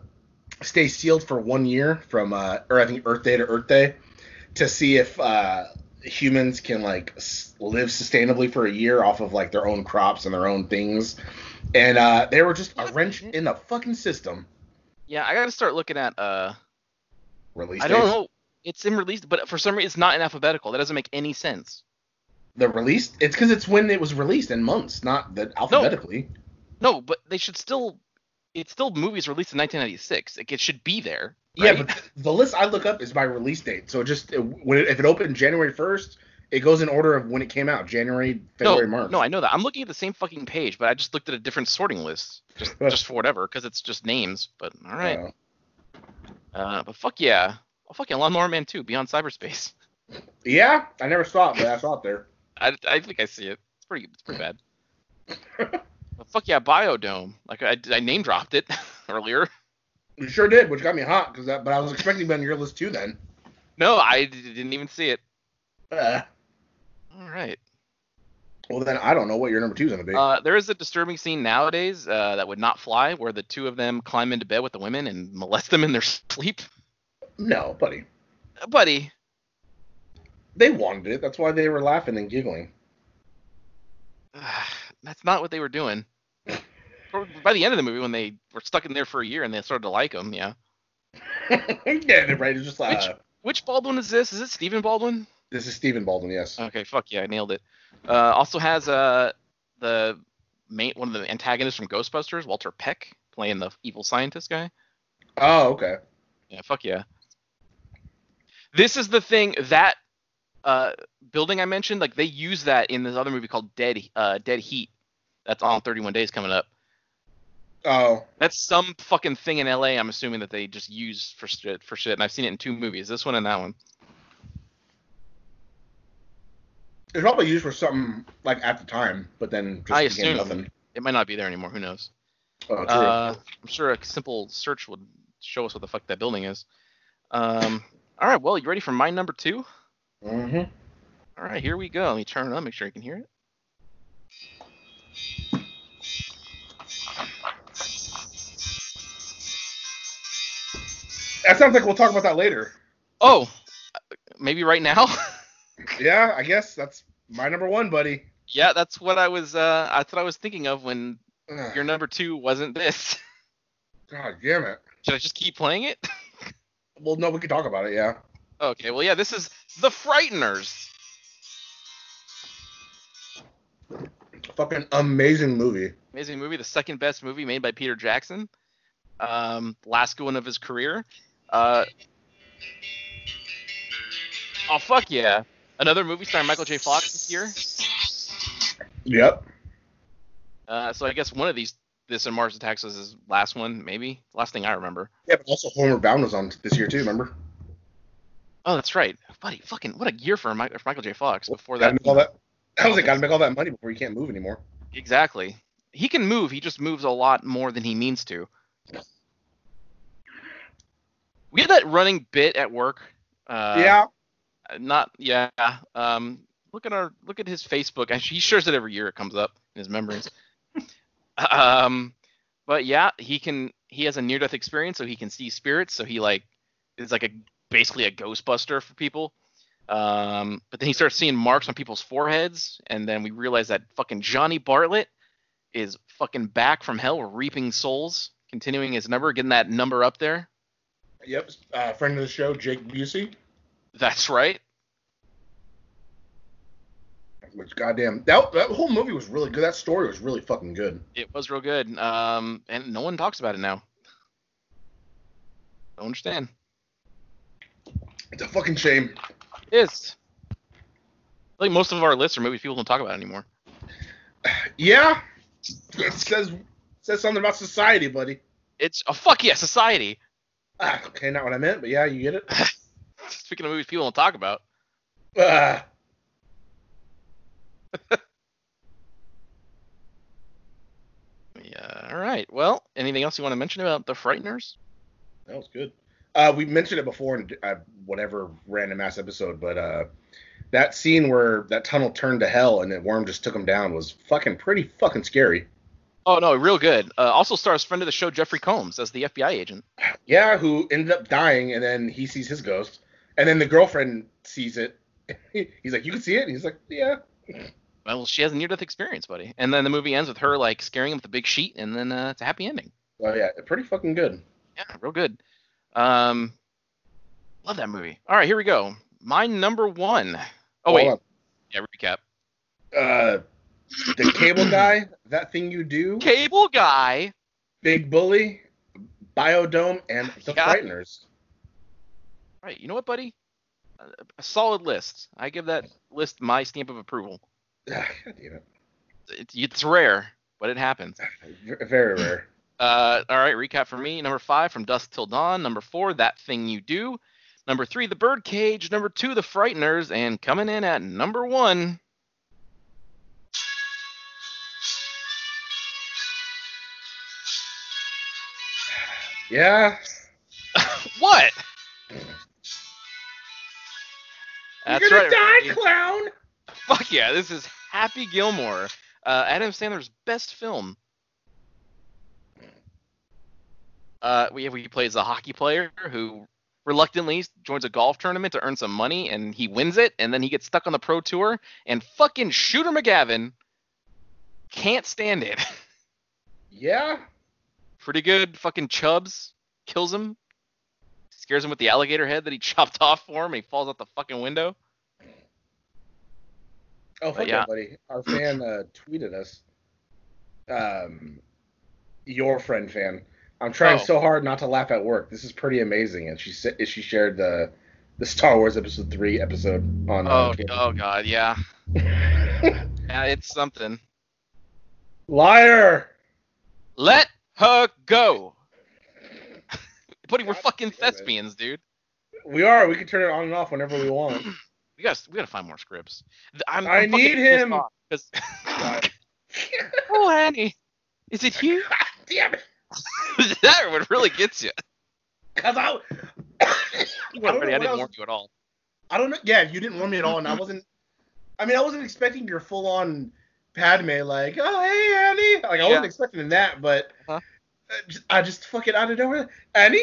[SPEAKER 4] stay sealed for one year from uh, or I think Earth Day to Earth Day to see if uh, humans can like s- live sustainably for a year off of like their own crops and their own things. And uh, they were just a wrench in the fucking system.
[SPEAKER 3] Yeah, I gotta start looking at uh
[SPEAKER 4] Release
[SPEAKER 3] I don't
[SPEAKER 4] dates.
[SPEAKER 3] know. It's in release, but for some reason it's not in alphabetical. That doesn't make any sense.
[SPEAKER 4] The release? It's because it's when it was released in months, not that alphabetically.
[SPEAKER 3] No, but they should still it's still movies released in 1996. Like it should be there.
[SPEAKER 4] Yeah,
[SPEAKER 3] right?
[SPEAKER 4] but th- the list I look up is by release date. So it just it, when it, if it opened January first, it goes in order of when it came out: January, February,
[SPEAKER 3] no,
[SPEAKER 4] March.
[SPEAKER 3] No, I know that. I'm looking at the same fucking page, but I just looked at a different sorting list, just just for whatever, because it's just names. But all right.
[SPEAKER 4] Uh,
[SPEAKER 3] Uh, but fuck yeah, oh, fucking Lawnmower Man 2 Beyond Cyberspace.
[SPEAKER 4] yeah, I never saw it, but I saw it there.
[SPEAKER 3] I, I think I see it. It's pretty it's pretty bad. but fuck yeah, Biodome. Like I, I name dropped it earlier.
[SPEAKER 4] You sure did, which got me hot because that. But I was expecting it on your list too. Then.
[SPEAKER 3] No, I d- didn't even see it.
[SPEAKER 4] Uh,
[SPEAKER 3] All right.
[SPEAKER 4] well, then I don't know what your number two's gonna be.
[SPEAKER 3] Uh, there is a disturbing scene nowadays uh, that would not fly, where the two of them climb into bed with the women and molest them in their sleep.
[SPEAKER 4] no, buddy.
[SPEAKER 3] Uh, buddy,
[SPEAKER 4] They wanted it. That's why they were laughing and giggling.
[SPEAKER 3] that's not what they were doing. Or By the end of the movie, when they were stuck in there for a year and they started to like him, yeah.
[SPEAKER 4] yeah, they're right. It's just like
[SPEAKER 3] Which-
[SPEAKER 4] uh,
[SPEAKER 3] Which Baldwin is this? Is it Stephen Baldwin?
[SPEAKER 4] this is Stephen Baldwin. Yes.
[SPEAKER 3] Okay, fuck yeah, I nailed it. Uh, also has uh, the main one of the antagonists from Ghostbusters, Walter Peck, playing the evil scientist guy.
[SPEAKER 4] oh, okay.
[SPEAKER 3] Yeah, fuck yeah. This is the thing that uh, building I mentioned, like they use that in this other movie called Dead uh, Dead Heat. That's on 31 Days coming up.
[SPEAKER 4] Oh,
[SPEAKER 3] That's some fucking thing in LA. I'm assuming that they just use for shit, for shit. And I've seen it in two movies, this one and that one.
[SPEAKER 4] It's probably used for something like at the time, but then just
[SPEAKER 3] I
[SPEAKER 4] became
[SPEAKER 3] assume.
[SPEAKER 4] nothing.
[SPEAKER 3] It might not be there anymore. Who knows?
[SPEAKER 4] Oh, true.
[SPEAKER 3] Uh, I'm sure a simple search would show us what the fuck that building is. Um, all right. Well, you ready for my number two?
[SPEAKER 4] hmm
[SPEAKER 3] All right, here we go. Let me turn it on. Make sure you can hear it.
[SPEAKER 4] That sounds like we'll talk about that later.
[SPEAKER 3] Oh, maybe right now.
[SPEAKER 4] Yeah, I guess that's my number one, buddy.
[SPEAKER 3] yeah, that's what I was. Uh, I thought I was thinking of when
[SPEAKER 4] Ugh,
[SPEAKER 3] your number two wasn't this.
[SPEAKER 4] God damn it.
[SPEAKER 3] Should I just keep playing it?
[SPEAKER 4] Well, no, we could talk about it. Yeah.
[SPEAKER 3] Okay, well, yeah, this is The Frighteners.
[SPEAKER 4] Fucking amazing movie.
[SPEAKER 3] Amazing movie, the second best movie made by Peter Jackson. Um, last good one of his career. Uh, oh, fuck yeah. Another movie starring Michael J. Fox this year.
[SPEAKER 4] Yep.
[SPEAKER 3] Uh, so I guess one of these, this and Mars Attacks was his last one, maybe. Last thing I remember.
[SPEAKER 4] Yeah, but also Homeward Bound was on this year too. Remember?
[SPEAKER 3] Oh, that's right. Buddy, fucking, what a year for, Mi- for Michael J. Fox before
[SPEAKER 4] Gotta
[SPEAKER 3] that.
[SPEAKER 4] make all that. That was it. Got to make all that money before you can't move anymore.
[SPEAKER 3] Exactly. He can move. He just moves a lot more than he means to. We had that running bit at work. Uh,
[SPEAKER 4] yeah.
[SPEAKER 3] Not yeah. Um, look at our look at his Facebook. And he shares it every year. It comes up in his memories. um, but yeah, he can. He has a near death experience, so he can see spirits. So he like is like a basically a Ghostbuster for people. Um, but then he starts seeing marks on people's foreheads, and then we realize that fucking Johnny Bartlett is fucking back from hell, reaping souls, continuing his number, getting that number up there.
[SPEAKER 4] Yep. Uh, friend of the show, Jake Busey.
[SPEAKER 3] That's right.
[SPEAKER 4] Which goddamn that that whole movie was really good. That story was really fucking good.
[SPEAKER 3] It was real good. Um, and no one talks about it now. Don't understand.
[SPEAKER 4] It's a fucking shame.
[SPEAKER 3] It is. Like most of our lists are movies people don't talk about anymore.
[SPEAKER 4] Yeah. It says says something about society, buddy.
[SPEAKER 3] It's oh fuck yeah, society.
[SPEAKER 4] Ah, okay, not what I meant, but yeah, you get it.
[SPEAKER 3] Speaking of movies people don't talk about.
[SPEAKER 4] Ah.
[SPEAKER 3] Yeah. All right. Well, anything else you want to mention about the Frighteners?
[SPEAKER 4] That was good. Uh, we mentioned it before in uh, whatever random ass episode, but uh, that scene where that tunnel turned to hell and that worm just took him down was fucking pretty fucking scary.
[SPEAKER 3] Oh no, real good. Uh, also stars friend of the show Jeffrey Combs as the FBI agent.
[SPEAKER 4] Yeah, who ended up dying, and then he sees his ghost, and then the girlfriend sees it. he's like, "You can see it," and he's like, "Yeah."
[SPEAKER 3] Well, she has a near-death experience, buddy. And then the movie ends with her like scaring him with a big sheet, and then uh, it's a happy ending.
[SPEAKER 4] Well, Oh, yeah, pretty fucking good.
[SPEAKER 3] Yeah, real good. Um, love that movie. All right, here we go. My number one. Oh wait,
[SPEAKER 4] Hold
[SPEAKER 3] yeah, recap.
[SPEAKER 4] on. Uh, the cable guy, that thing you do,
[SPEAKER 3] Cable Guy.
[SPEAKER 4] Big Bully, Biodome, and The
[SPEAKER 3] Yeah.
[SPEAKER 4] Frighteners.
[SPEAKER 3] Right. You know what, buddy? A, a solid list. I give that list my stamp of approval.
[SPEAKER 4] Ah, God damn it.
[SPEAKER 3] It's, it's rare, but it happens.
[SPEAKER 4] V- Very rare.
[SPEAKER 3] Uh, all right, recap for me. Number five, From Dusk Till Dawn. Number four, That Thing You Do. Number three, The Birdcage. Number two, The Frighteners. And coming in at number one,
[SPEAKER 4] Yeah,
[SPEAKER 3] what? That's
[SPEAKER 4] You're gonna
[SPEAKER 3] right,
[SPEAKER 4] die,
[SPEAKER 3] everybody.
[SPEAKER 4] clown.
[SPEAKER 3] Fuck yeah, this is Happy Gilmore, uh, Adam Sandler's best film. Uh, we have he plays a hockey player who reluctantly joins a golf tournament to earn some money, and he wins it, and then he gets stuck on the pro tour, and fucking Shooter McGavin can't stand it.
[SPEAKER 4] Yeah,
[SPEAKER 3] Pretty good. Fucking Chubbs kills him, scares him with the alligator head that he chopped off for him, and he falls out the fucking window.
[SPEAKER 4] Oh, fuck
[SPEAKER 3] But yeah.
[SPEAKER 4] that, buddy. Our fan uh, tweeted us. Um, your friend fan. I'm trying
[SPEAKER 3] Oh.
[SPEAKER 4] so hard not to laugh at work. This is pretty amazing. And she said she shared the the Star Wars episode three episode on. uh,
[SPEAKER 3] Oh,
[SPEAKER 4] Twitter.
[SPEAKER 3] oh god, yeah. yeah, it's something.
[SPEAKER 4] Liar!
[SPEAKER 3] Let her go. Buddy, we're
[SPEAKER 4] God
[SPEAKER 3] fucking
[SPEAKER 4] damn it.
[SPEAKER 3] thespians, dude.
[SPEAKER 4] We are. We can turn it on and off whenever we want.
[SPEAKER 3] We gotta, we gotta find more scripts. Th- I'm,
[SPEAKER 4] I
[SPEAKER 3] I'm fucking
[SPEAKER 4] need
[SPEAKER 3] pissed
[SPEAKER 4] him.
[SPEAKER 3] off 'cause-
[SPEAKER 4] God.
[SPEAKER 3] oh, Annie, is it you?
[SPEAKER 4] Damn it!
[SPEAKER 3] that would really gets you.
[SPEAKER 4] Cause I.
[SPEAKER 3] You
[SPEAKER 4] I
[SPEAKER 3] weren't ready.
[SPEAKER 4] don't know
[SPEAKER 3] I
[SPEAKER 4] what
[SPEAKER 3] didn't
[SPEAKER 4] else-
[SPEAKER 3] warn you at all.
[SPEAKER 4] I don't know. Yeah, you didn't warn me at all, and I wasn't. I mean, I wasn't expecting your full on Padme like, oh hey Annie. Like I
[SPEAKER 3] Yeah.
[SPEAKER 4] wasn't expecting that, but
[SPEAKER 3] Uh-huh.
[SPEAKER 4] I just- I just fucking out of nowhere, Annie.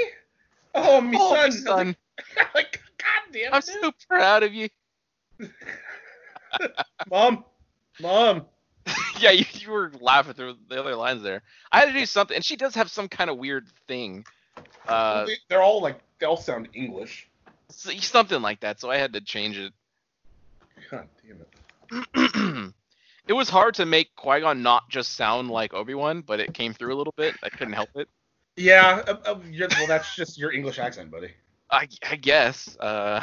[SPEAKER 4] Oh me
[SPEAKER 3] Oh, my
[SPEAKER 4] son. I was Like, like, God damn
[SPEAKER 3] I'm
[SPEAKER 4] it,
[SPEAKER 3] so proud of you.
[SPEAKER 4] mom, mom.
[SPEAKER 3] yeah, you, you were laughing through the other lines there. I had to do something, and she does have some kind of weird thing. Uh,
[SPEAKER 4] They- They're all like they all sound English.
[SPEAKER 3] s- something like that. So I had to change it.
[SPEAKER 4] God damn it.
[SPEAKER 3] it was hard to make Qui Gon not just sound like Obi Wan, but it came through a little bit. I couldn't help it.
[SPEAKER 4] Yeah, uh, uh, you're, well, that's just your English accent, buddy.
[SPEAKER 3] I, I guess. Uh,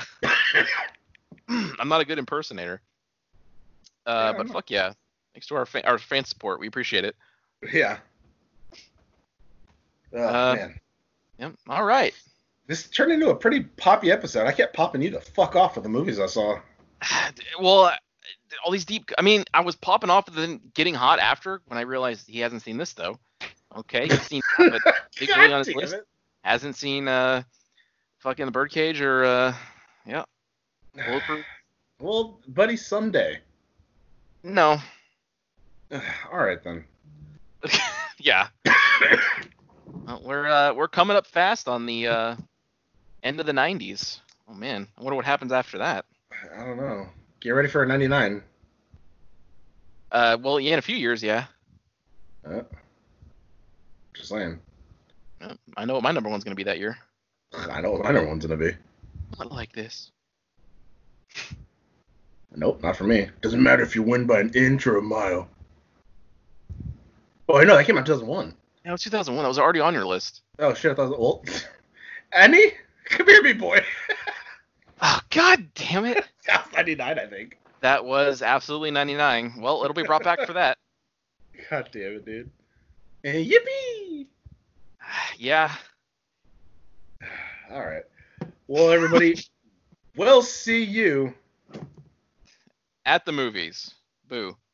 [SPEAKER 3] I'm not a good impersonator. Uh,
[SPEAKER 4] Yeah,
[SPEAKER 3] but
[SPEAKER 4] no.
[SPEAKER 3] fuck yeah. Thanks to our fan, our fan support, we appreciate it.
[SPEAKER 4] Yeah. Oh,
[SPEAKER 3] Uh,
[SPEAKER 4] man,
[SPEAKER 3] Yep. All right.
[SPEAKER 4] this turned into a pretty poppy episode. I kept popping you the fuck off with the movies I saw.
[SPEAKER 3] Well, uh, all these deep. I mean, I was popping off, and then getting hot after when I realized he hasn't seen this though. Okay, he's seen that, but Big Willie on his
[SPEAKER 4] damn
[SPEAKER 3] list?
[SPEAKER 4] it.
[SPEAKER 3] hasn't seen uh, fucking the Birdcage or uh, yeah, Bulletproof.
[SPEAKER 4] Well, buddy, someday.
[SPEAKER 3] No.
[SPEAKER 4] All right then.
[SPEAKER 3] yeah. Well, we're uh, we're coming up fast on the uh, end of the '90s. Oh man, I wonder what happens after that.
[SPEAKER 4] I don't know. Get ready for a 99.
[SPEAKER 3] Uh, well, yeah, in a few years, yeah.
[SPEAKER 4] Uh, just saying.
[SPEAKER 3] Uh, I know what my number one's gonna be that year.
[SPEAKER 4] I know what my number one's gonna be.
[SPEAKER 3] Not like this.
[SPEAKER 4] Nope, not for me. Doesn't matter if you win by an inch or a mile. Oh, I know that came out in 2001.
[SPEAKER 3] No, it's 2001. That was already on your list.
[SPEAKER 4] Oh shit, I thought well, Annie, come here, me boy.
[SPEAKER 3] Oh God damn it!
[SPEAKER 4] That was 99, I think.
[SPEAKER 3] That was absolutely 99. Well, it'll be brought back for that.
[SPEAKER 4] God damn it, dude. And yippee!
[SPEAKER 3] Yeah.
[SPEAKER 4] All right. Well, everybody, we'll see you.
[SPEAKER 3] At the movies. Boo.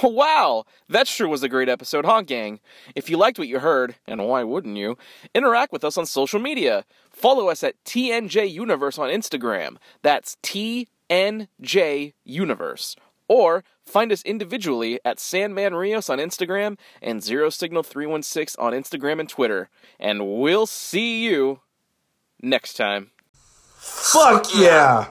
[SPEAKER 7] Wow, that sure was a great episode, huh, gang? If you liked what you heard, and why wouldn't you, interact with us on social media. Follow us at TNJ Universe on Instagram. That's TNJ Universe. Or find us individually at Sandman Rios on Instagram and Zero Signal 316 on Instagram and Twitter. And we'll see you next time.
[SPEAKER 8] Fuck yeah.